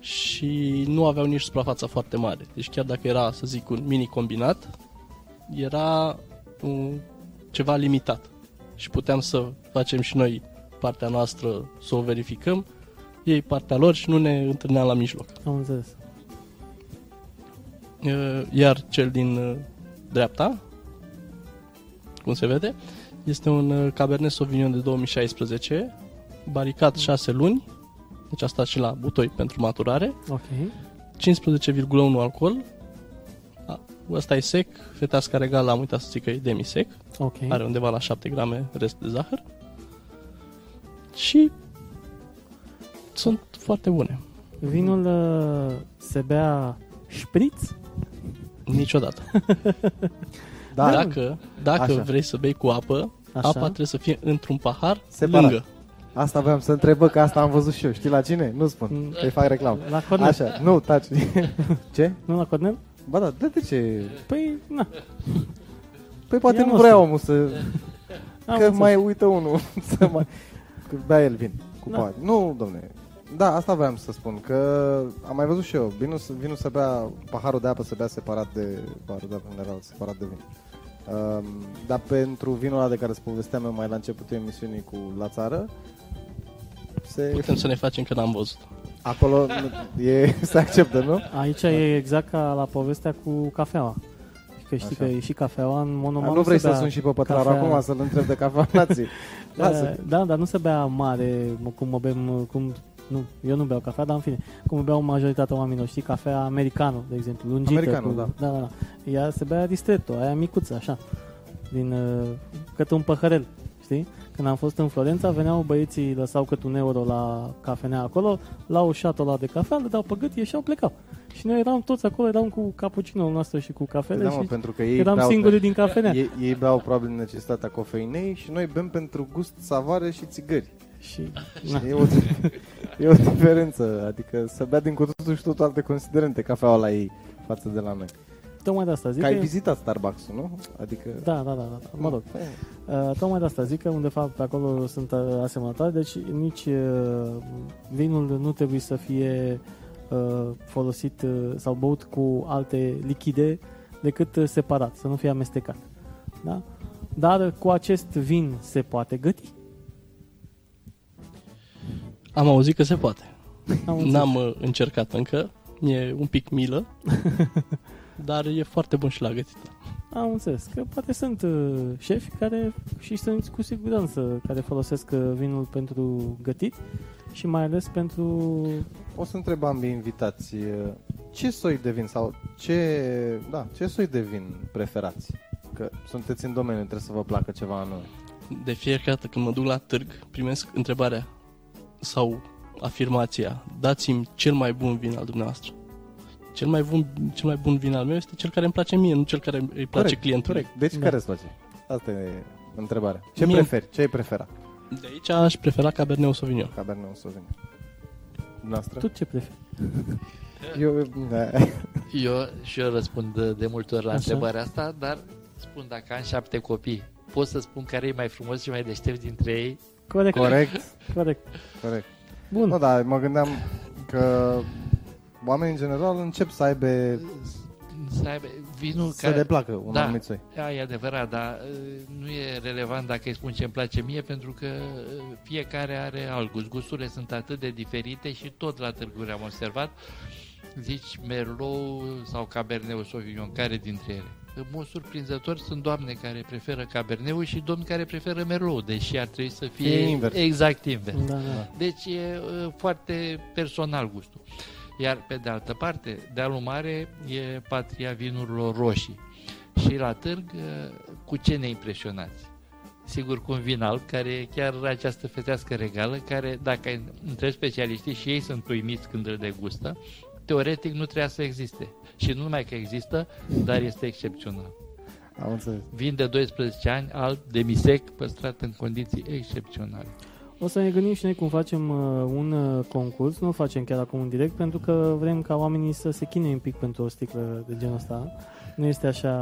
Speaker 4: și nu aveau nici suprafața foarte mare. Deci chiar dacă era, să zic, un mini combinat, era un, ceva limitat și puteam să facem și noi partea noastră, să o verificăm, ei partea lor și nu ne întâlneam la mijloc.
Speaker 1: Am înțeles.
Speaker 4: Uh, Iar cel din uh, dreapta, cum se vede, este un uh, Cabernet Sauvignon de 2016, baricat 6 luni, deci asta și la butoi pentru maturare,
Speaker 1: Ok.
Speaker 4: 15,1 alcool, A, ăsta e sec, feteasca regală am uitat să zic că e demisec,
Speaker 1: Ok.
Speaker 4: are undeva la 7 grame rest de zahăr și sunt foarte bune.
Speaker 1: Vinul uh, se bea șpriț?
Speaker 4: Niciodată.
Speaker 2: Da,
Speaker 4: Dacă, dacă
Speaker 2: Așa.
Speaker 4: vrei să bei cu apă,
Speaker 1: Așa.
Speaker 4: Așa. apa trebuie să fie într-un pahar
Speaker 2: Separat.
Speaker 4: lângă.
Speaker 2: asta voiam să întreb, bă, că asta am văzut și eu. Știi la cine? Nu spun, că fac reclamă.
Speaker 1: Mm. La Cornel.
Speaker 2: Așa, nu, taci. Ce?
Speaker 1: Nu la Cornel?
Speaker 2: Ba da, de, de ce?
Speaker 1: Păi, na.
Speaker 2: Păi poate
Speaker 1: Eu
Speaker 2: nu
Speaker 1: nu
Speaker 2: vrea
Speaker 1: știu.
Speaker 2: omul să...
Speaker 1: Am
Speaker 2: Că
Speaker 1: înțeles.
Speaker 2: mai uită unul să mai... Că bea el vin cu
Speaker 1: Da.
Speaker 2: da. Nu, domne. Da, asta voiam să spun, că am mai văzut și eu. Vinul, să- vinul să bea, paharul de apă să bea separat de paharul de apă în general, separat de vin. Um, dar pentru vinul ăla de care îți povesteam eu mai la începutul emisiunii cu La Țară, se,
Speaker 4: Putem să ne facem că n-am văzut.
Speaker 2: acolo e, se acceptă, nu?
Speaker 1: Aici e exact ca la povestea cu cafeaua. Că știi
Speaker 2: Așa.
Speaker 1: că e și cafeaua în monoman.
Speaker 2: A, nu vrei
Speaker 1: se
Speaker 2: să
Speaker 1: bea
Speaker 2: sun și pe pătraru
Speaker 1: cafea-
Speaker 2: acum să-l întreb de cafea nații. Lasă.
Speaker 1: Uh, Da, dar nu se bea mare, mă, cum mă bem, uh, cum... Nu, eu nu beau cafea, dar în fine, cum beau majoritatea oamenilor, știi, cafea americană, de exemplu, lungită.
Speaker 2: Americană,
Speaker 1: cu,
Speaker 2: da.
Speaker 1: da. Da, da, Ea se bea distretto, aia micuță, așa, din, uh, câte eh, un păhărel. știi? Când am fost în Florența, veneau băieții, lăsau cât un euro la cafenea acolo, la o șatola de cafea, le dau pe gât, ieșeau, plecau. Și noi eram toți acolo, eram cu cappuccino noastră și cu cafele
Speaker 2: Da,
Speaker 1: și
Speaker 2: mă, pentru că ei
Speaker 1: eram
Speaker 2: beau
Speaker 1: singurii
Speaker 2: pe-
Speaker 1: din cafenea.
Speaker 2: Ei, ei beau probabil necesitatea cofeinei și noi bem pentru gust, savoare și țigări.
Speaker 1: Și, na.
Speaker 2: E o, e o diferență, adică să bea din cu totul și totul alte considerente cafeaua la ei față de la noi.
Speaker 1: Tocmai de asta zic
Speaker 2: Că ai
Speaker 1: că-
Speaker 2: vizitat Starbucks-ul, nu? Adică...
Speaker 1: Da, da, da, da, da. mă rog.
Speaker 2: E,
Speaker 1: Uh, tocmai de asta zic că, de fapt, acolo sunt uh, asemănătoare, deci nici uh, vinul nu trebuie să fie uh, folosit uh, sau băut cu alte lichide decât uh, separat, să nu fie amestecat. Da? Dar uh, cu acest vin se poate găti.
Speaker 4: Am auzit că se poate.
Speaker 1: Am înțeles.
Speaker 4: N-am uh, încercat încă, e un pic milă, dar e foarte bun și la gătit.
Speaker 1: Am înțeles că poate sunt uh, șefi care și sunt cu siguranță care folosesc uh, vinul pentru gătit și mai ales pentru...
Speaker 2: O să întreb ambii invitați e, ce soi de vin sau ce, da, ce soi de vin preferați? Că sunteți în domeniu, trebuie să vă placă ceva anume.
Speaker 4: De fiecare dată când mă duc la târg, primesc întrebarea sau afirmația, dați-mi cel mai bun vin al dumneavoastră. Cel mai bun, cel mai bun vin al meu este cel care îmi place mie, nu cel care îi place clientului.
Speaker 2: Corect. Deci
Speaker 1: Da.
Speaker 2: care îți place? Asta e întrebarea. Ce
Speaker 4: Mie-
Speaker 2: preferi? Ce ai prefera?
Speaker 4: De aici aș prefera Cabernet Sauvignon.
Speaker 2: Cabernet Sauvignon. Noastră?
Speaker 1: Tu ce preferi?
Speaker 2: Eu, da,
Speaker 3: Eu și eu răspund de- de multe ori la
Speaker 1: Așa.
Speaker 3: întrebarea asta, dar spun dacă am șapte copii, pot să spun care e mai frumos și mai deștept dintre ei?
Speaker 1: Corect.
Speaker 2: corect,
Speaker 1: Corect.
Speaker 2: corect.
Speaker 1: Bun.
Speaker 2: Nu, dar mă gândeam că oamenii în general încep să aibă,
Speaker 3: Să aibă vinul
Speaker 2: să
Speaker 3: care...
Speaker 2: le placă un
Speaker 3: Da.
Speaker 2: anumit soi.
Speaker 3: Da, e adevărat, dar uh, nu e relevant dacă îi spun ce îmi place mie, pentru că uh, fiecare are alt gust. Gusturile sunt atât de diferite și tot la târguri am observat, zici Merlot sau Cabernet Sauvignon, care dintre ele? În mod surprinzător sunt doamne care preferă Cabernet și domni care preferă Merlot, deși ar trebui să fie
Speaker 2: E invers.
Speaker 3: exact invers.
Speaker 1: Da, da.
Speaker 3: Deci e uh, foarte personal gustul. Iar pe de altă parte, dealul mare e patria vinurilor roșii. Și la târg, uh, cu ce ne impresionați? Sigur, cu un vin alb, care e chiar această fetească regală, care, dacă ai întreb specialiștii, și ei sunt uimiți când îl degustă, teoretic nu trebuia să existe. Și nu numai că există, dar este excepțional.
Speaker 2: Am înțeles.
Speaker 3: Vin de 12 ani, alb, demisec, păstrat în condiții excepționale.
Speaker 1: O să ne gândim și noi cum facem uh, un uh, concurs, nu facem chiar acum în direct, pentru că vrem ca oamenii să se chinuie un pic pentru o sticlă de genul ăsta. Nu este așa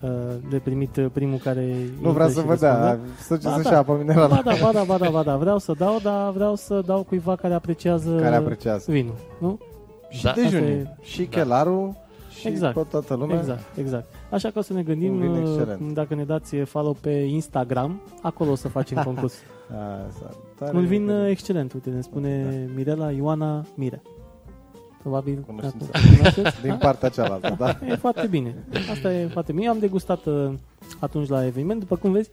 Speaker 1: uh, de primit uh, primul care...
Speaker 2: Nu vreau să vă dea, să
Speaker 1: Ba
Speaker 2: ce să
Speaker 1: da.
Speaker 2: apă
Speaker 1: Ba
Speaker 2: minerală
Speaker 1: da, ba da, ba da, ba da, vreau să dau, dar vreau să dau cuiva care apreciază,
Speaker 2: care apreciază.
Speaker 1: vinul, nu?
Speaker 2: Și
Speaker 3: Da.
Speaker 2: dejunii,
Speaker 1: da. Asta
Speaker 2: și
Speaker 3: Da.
Speaker 2: chelarul, și
Speaker 1: Exact.
Speaker 2: pe toată lumea.
Speaker 1: Exact, exact. Așa că o să ne
Speaker 2: Un
Speaker 1: gândim,
Speaker 2: vin
Speaker 1: uh,
Speaker 2: excelent.
Speaker 1: dacă ne dați follow pe Instagram, acolo o să facem concurs.
Speaker 2: Asta, tare
Speaker 1: Un vin
Speaker 2: bine. Da.
Speaker 1: uh, excelent, uite, ne spune Mirela Ioana Mire. Probabil
Speaker 2: Cunoștință.
Speaker 1: dacă cunoașteți,
Speaker 2: Din
Speaker 1: da?
Speaker 2: partea cealaltă, da.
Speaker 1: E foarte bine. Asta e foarte bine. Eu am degustat uh, atunci la eveniment, după cum vezi,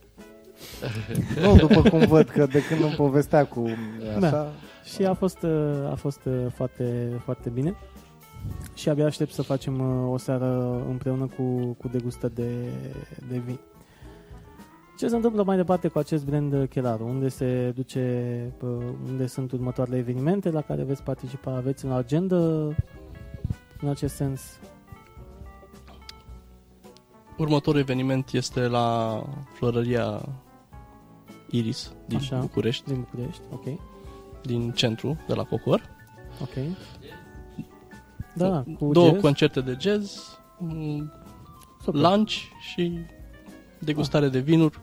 Speaker 2: Nu, după cum văd că de când îmi povestea cu
Speaker 1: Da.
Speaker 2: așa,
Speaker 1: și a fost, uh, a fost uh, foarte, foarte bine. Și abia aștept să facem uh, o seară împreună cu, cu degustă de, de vin. Ce se întâmplă mai departe cu acest brand uh, Chelaru? Unde se duce, uh, unde sunt următoarele evenimente la care veți participa? Aveți în agenda în acest sens?
Speaker 4: Următorul eveniment este la Florăria Iris din
Speaker 1: Așa.
Speaker 4: București,
Speaker 1: din București, ok,
Speaker 4: din centru, de la Cocor.
Speaker 1: ok. Da, cu
Speaker 4: Două
Speaker 1: jazz.
Speaker 4: concerte de jazz, un
Speaker 1: Super.
Speaker 4: lunch și degustare de vinuri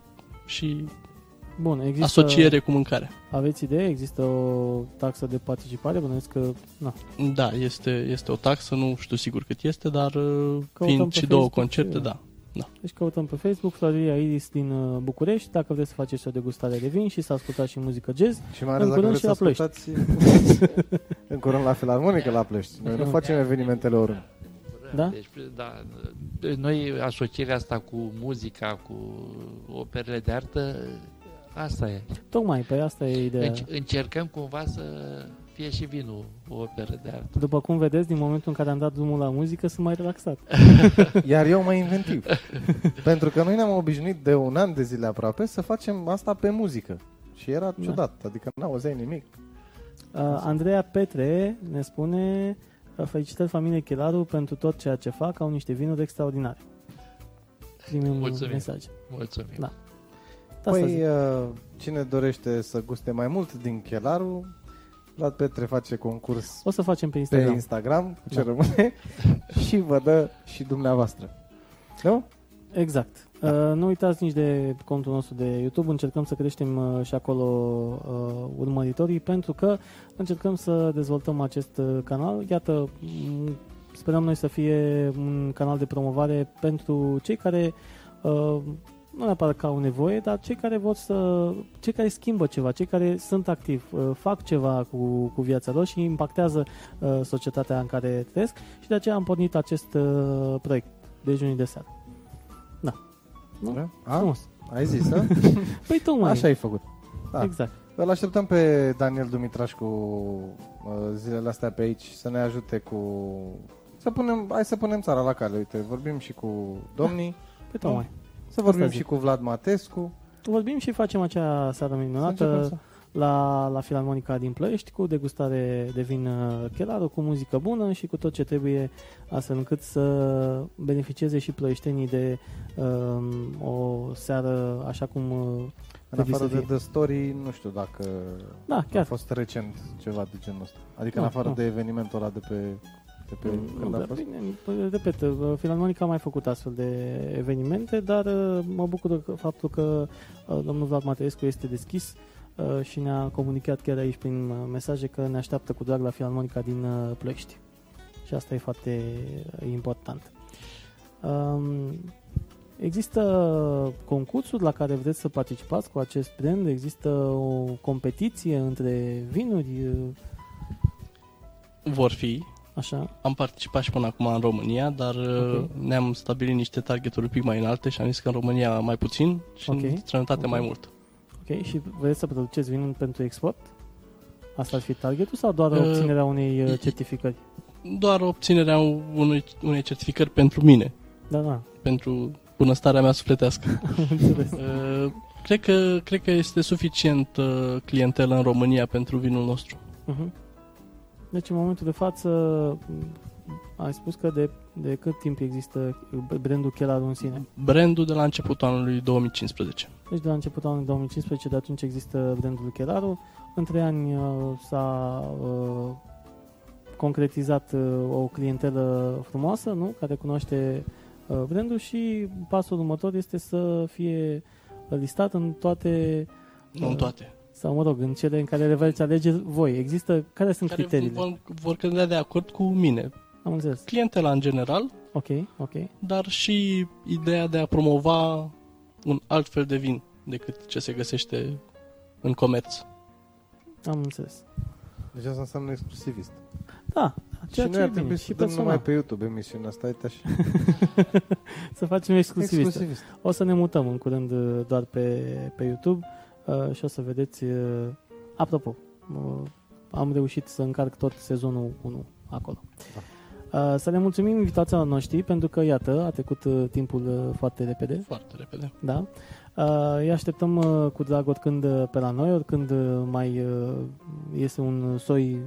Speaker 4: și
Speaker 1: Bun, există,
Speaker 4: asociere cu mâncare.
Speaker 1: Aveți idee? Există o taxă de participare? Bănuiesc că... Na,
Speaker 4: Da, este, este o taxă, nu știu sigur cât este, dar uh,
Speaker 1: Căutăm
Speaker 4: fiind
Speaker 1: pe
Speaker 4: și două
Speaker 1: Facebook
Speaker 4: concerte,
Speaker 1: și-
Speaker 4: da.
Speaker 1: deci căutăm pe Facebook Floreria Iris din uh, București dacă vreți să faceți o degustare de vin și să ascultați și muzică jazz.
Speaker 2: Și mai ales
Speaker 1: În
Speaker 2: dacă
Speaker 1: curând și
Speaker 2: vreți să
Speaker 1: la Ploiești.
Speaker 2: ascultați În curând la Filarmonică la Plești Noi nu
Speaker 1: Exact.
Speaker 2: facem evenimentele oriunde
Speaker 1: Da?
Speaker 3: Deci, da, noi asocierea asta cu muzica, cu operele de artă, asta e.
Speaker 1: Da. Tocmai, pe păi asta e ideea.
Speaker 3: Deci încercăm cumva să fie și vinul o operă de artă.
Speaker 1: După cum vedeți, din momentul în care am dat drumul la muzică, sunt mai relaxat. Uh,
Speaker 2: Iar eu mai inventiv. Pentru că noi ne-am obișnuit de un an de zile aproape să facem asta pe muzică. Și era
Speaker 1: Da.
Speaker 2: ciudat, adică n-auzeai nimic.
Speaker 1: Uh, Andreea Petre ne spune uh, Felicitări familiei Chelaru pentru tot ceea ce fac, au niște vinuri extraordinare. Primim
Speaker 3: Mulțumim.
Speaker 1: mesaj.
Speaker 3: Mulțumim.
Speaker 1: Da. Da, asta zic.
Speaker 2: Păi, uh, cine dorește să guste mai mult din chelarul, Vlad Petre face concurs
Speaker 1: O să facem pe
Speaker 2: pe
Speaker 1: Instagram.
Speaker 2: Instagram, cu ce
Speaker 1: Da.
Speaker 2: rămâne, și vă dă și dumneavoastră. Nu?
Speaker 1: Exact. Uh, nu uitați nici de contul nostru de YouTube, încercăm să creștem uh, și acolo uh, urmăritorii pentru că încercăm să dezvoltăm acest uh, canal. Iată, m- sperăm noi să fie un canal de promovare pentru cei care uh, nu neapărat că au nevoie, dar cei care vor să, cei care schimbă ceva, cei care sunt activi, uh, fac ceva cu, cu viața lor și impactează uh, societatea în care trăiesc și de aceea am pornit acest uh, proiect de juni de seară. Nu.
Speaker 2: Da? A,
Speaker 1: Frumos.
Speaker 2: ai zis, a?
Speaker 1: Păi tocmai.
Speaker 2: Așa ai făcut. Da.
Speaker 1: Exact.
Speaker 2: Îl așteptăm pe Daniel Dumitrașcu uh, zilele astea pe aici să ne ajute cu... Să punem, hai să punem țara la cale, uite, vorbim și cu domnii,
Speaker 1: Păi tocmai.
Speaker 2: să vorbim
Speaker 1: Asta zic.
Speaker 2: și cu Vlad Matescu.
Speaker 1: Vorbim și facem acea seară
Speaker 2: să începem să-
Speaker 1: minunată la, la Filarmonica din Plăiești cu degustare de vin uh, chelaru, cu muzică bună și cu tot ce trebuie astfel încât să beneficieze și plăieștenii de um, o seară așa cum... uh,
Speaker 2: În
Speaker 1: trebuie
Speaker 2: afară
Speaker 1: să
Speaker 2: de
Speaker 1: fie.
Speaker 2: The Story, nu știu dacă
Speaker 1: Da,
Speaker 2: a
Speaker 1: chiar. Ah,
Speaker 2: fost recent ceva de genul ăsta. Adică
Speaker 1: Nu,
Speaker 2: în afară
Speaker 1: nu.
Speaker 2: de evenimentul ăla de pe... De pe
Speaker 1: Nu,
Speaker 2: când a
Speaker 1: dar
Speaker 2: fost?
Speaker 1: Mm, da, bine, p- păi, repet, uh, Filarmonica a mai făcut astfel de evenimente, dar uh, mă bucur că faptul că uh, domnul Vlad Mateescu este deschis uh, și ne-a comunicat chiar aici prin uh, mesaje că ne așteaptă cu drag la Filarmonica din uh, Ploiești. Și asta e foarte uh, important. Um, Există concursuri la care vreți să participați cu acest brand? Există o competiție între vinuri? uh,
Speaker 4: Vor fi.
Speaker 1: Așa?
Speaker 4: Am participat și până acum în România, dar
Speaker 1: Ok.
Speaker 4: okay. ne-am stabilit niște targeturi un pic mai înalte și am zis că în România mai puțin și
Speaker 1: Ok.
Speaker 4: în străinătate
Speaker 1: Ok.
Speaker 4: mai mult.
Speaker 1: Ok, și vreți să produceți vinul pentru export? Asta ar fi targetul sau doar
Speaker 4: Uh,
Speaker 1: obținerea unei uh, certificări?
Speaker 4: Doar obținerea unui, unei certificări pentru mine,
Speaker 1: Da, da,
Speaker 4: pentru bunăstarea mea sufletească.
Speaker 1: am înțeles.
Speaker 4: Uh, cred, că, cred că este suficient uh, clientelă în România pentru vinul nostru.
Speaker 1: Uh-huh. Deci în momentul de față m, ai spus că de, de cât timp există brandul Chelar în sine?
Speaker 4: Brandul de la începutul anului 2015.
Speaker 1: Deci de la începutul anului 2015, de atunci există brandul Chelaru. În trei ani uh, s-a uh, concretizat uh, o clientelă frumoasă, nu? Care cunoaște uh, brandul și pasul următor este să fie listat în toate
Speaker 4: Nu
Speaker 1: Da.
Speaker 4: în toate.
Speaker 1: sau mă rog, în cele în care le veți alege voi. Există, care sunt
Speaker 4: Care
Speaker 1: criteriile?
Speaker 4: vor, vor cădea de acord cu mine.
Speaker 1: Am înțeles.
Speaker 4: Clientela în general,
Speaker 1: Ok, ok.
Speaker 4: dar și ideea de a promova un alt fel de vin decât ce se găsește în comerț.
Speaker 1: Am înțeles.
Speaker 2: Deci asta înseamnă exclusivist.
Speaker 1: Da, ceea
Speaker 2: și
Speaker 1: ce
Speaker 2: noi
Speaker 1: e
Speaker 2: ar
Speaker 1: bine.
Speaker 2: trebui
Speaker 1: Și
Speaker 2: să dăm
Speaker 1: personal.
Speaker 2: numai pe YouTube emisiunea asta, uite așa.
Speaker 1: Să facem exclusivist.
Speaker 2: Exclusivist.
Speaker 1: O să ne mutăm în curând uh, doar pe, pe YouTube uh, și o să vedeți. uh, Apropo, uh, am reușit să încarc tot sezonul 1 acolo. Uh, Să le mulțumim invitațiilor noștri pentru că, iată, a trecut uh, timpul uh, foarte repede.
Speaker 4: Foarte repede.
Speaker 1: Da. Uh, Îi așteptăm uh, cu drag oricând uh, pe la noi, oricând uh, mai uh, este un soi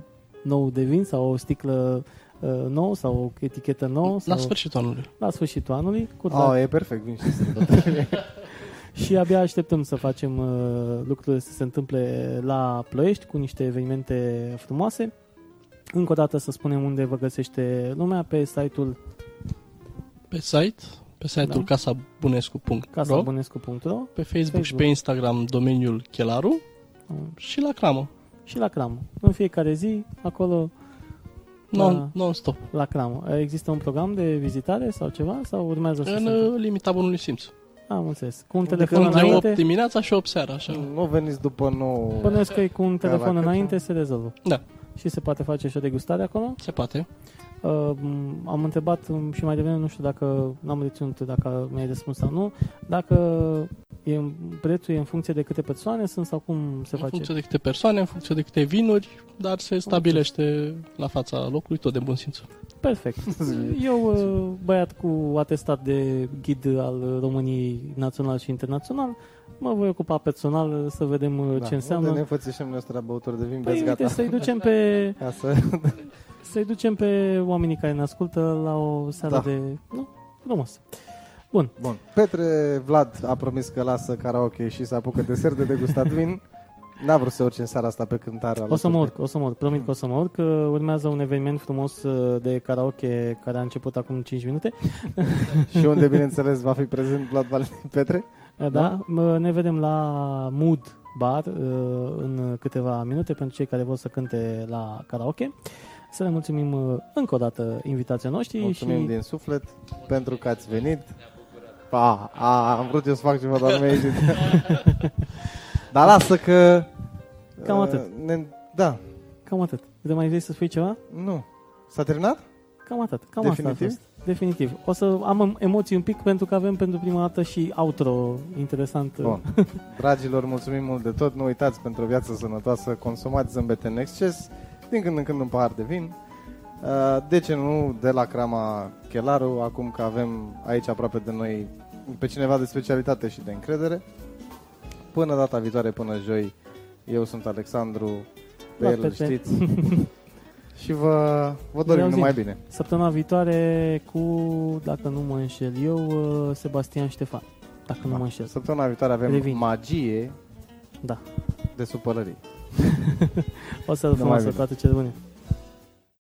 Speaker 1: nou de vin sau o sticlă uh, nouă sau o etichetă nouă
Speaker 4: La
Speaker 1: sau
Speaker 4: sfârșitul anului.
Speaker 1: la sfârșitul anului. Cu drag.
Speaker 2: Oh, e perfect, vin și să
Speaker 1: Și abia așteptăm să facem uh, lucrurile să se întâmple la Ploiești cu niște evenimente frumoase. Încă o dată să spunem unde vă găsește lumea pe site-ul
Speaker 4: Pe site, pe site-ul
Speaker 1: Da.
Speaker 4: da. casabunescu.ro,
Speaker 1: casabunescu.ro
Speaker 4: pe Facebook și
Speaker 1: Facebook.
Speaker 4: pe Instagram domeniul Chelaru
Speaker 1: Mm.
Speaker 4: și la cramă.
Speaker 1: și la Cram. În fiecare zi, acolo
Speaker 4: Non,
Speaker 1: Da.
Speaker 4: Non-stop.
Speaker 1: la Cram. Există un program de vizitare sau ceva? Sau urmează să
Speaker 4: În
Speaker 1: se întâmple?
Speaker 4: uh, limita bunului simț.
Speaker 1: Am înțeles. Cu un
Speaker 2: Adică
Speaker 1: telefon
Speaker 4: De 8
Speaker 1: înainte, Mm.
Speaker 4: dimineața și 8 seara, așa.
Speaker 2: Nu veniți după nou.
Speaker 1: bănuiesc că e cu un
Speaker 2: Ca la
Speaker 1: telefon
Speaker 2: cât,
Speaker 1: înainte se rezolvă.
Speaker 4: Da.
Speaker 1: Și se poate face și o degustare acolo?
Speaker 4: Se poate.
Speaker 1: Uh, am întrebat um, și mai devreme, nu știu dacă n-am reținut dacă mi-ai răspuns sau nu, dacă e, prețul e în funcție de câte persoane sunt sau cum se
Speaker 4: în
Speaker 1: face.
Speaker 4: funcție de câte persoane, în funcție de câte vinuri, dar se stabilește la fața locului, tot de bun simț.
Speaker 1: Perfect. Eu, uh, băiat cu atestat de ghid al uh, României național și internațional, mă voi ocupa personal uh, să vedem uh, ce înseamnă.
Speaker 2: Da, Unde ne înfățișăm noi ăsta la băuturi de vin,
Speaker 1: Păi,
Speaker 2: vezi,
Speaker 1: uite,
Speaker 2: gata.
Speaker 1: să-i ducem pe,
Speaker 2: Ca să...
Speaker 1: să-i ducem pe oamenii care ne ascultă la o seară
Speaker 2: Da.
Speaker 1: de... Nu? Frumos.
Speaker 2: Bun. Petre Vlad a promis că lasă karaoke și să apucă desert de degustat vin. N-a vrut să urce în seara asta pe cântare.
Speaker 1: O să
Speaker 2: alături
Speaker 1: mă
Speaker 2: de-
Speaker 1: urc, o să mă urc, promit că o să mă urc. Uh, Urmează un eveniment frumos uh, de karaoke care a început acum 5 minute. Uh,
Speaker 2: Și unde, bineînțeles, va fi prezent Vlad Valentin Petre.
Speaker 1: Uh, Da? Mă- Ne vedem la Mood Bar uh, în câteva minute pentru cei care vor să cânte la karaoke. Să le mulțumim uh, încă o dată invitația noștri
Speaker 2: Mulțumim
Speaker 1: și
Speaker 2: din suflet pentru că ați venit. Pa, a, am vrut eu să fac ceva, dar nu mi-a ieșit. dar lasă că...
Speaker 1: Cam
Speaker 2: uh,
Speaker 1: atât.
Speaker 2: Ne, da,
Speaker 1: cam atât. De mai vrei să spui ceva?
Speaker 2: nu. S-a terminat?
Speaker 1: Cam atât. Cam Asta
Speaker 2: Definitiv?
Speaker 1: a fost. Definitiv. O să am emoții un pic pentru că avem pentru prima dată și outro interesant. uh,
Speaker 2: Bun. Dragilor, mulțumim mult de tot. Nu uitați pentru o viață sănătoasă, consumați zâmbete în exces, din când în când un pahar de vin. Uh, De ce nu de la Crama Chelaru, acum că avem aici aproape de noi pe cineva de specialitate și de încredere. Până data viitoare, până joi, eu sunt Alexandru, pe
Speaker 1: La
Speaker 2: el îl
Speaker 1: Petre.
Speaker 2: știți. și vă, vă dorim
Speaker 1: Ne auzim.
Speaker 2: numai bine.
Speaker 1: Săptămâna viitoare cu, dacă nu mă înșel eu, uh, Sebastian Ștefan. Dacă nu mă înșel.
Speaker 2: Săptămâna viitoare avem
Speaker 1: Revin.
Speaker 2: magie
Speaker 1: Da.
Speaker 2: de supărării.
Speaker 1: O să-l
Speaker 2: mai
Speaker 1: frumos
Speaker 2: bine.
Speaker 1: toate ce rămâne.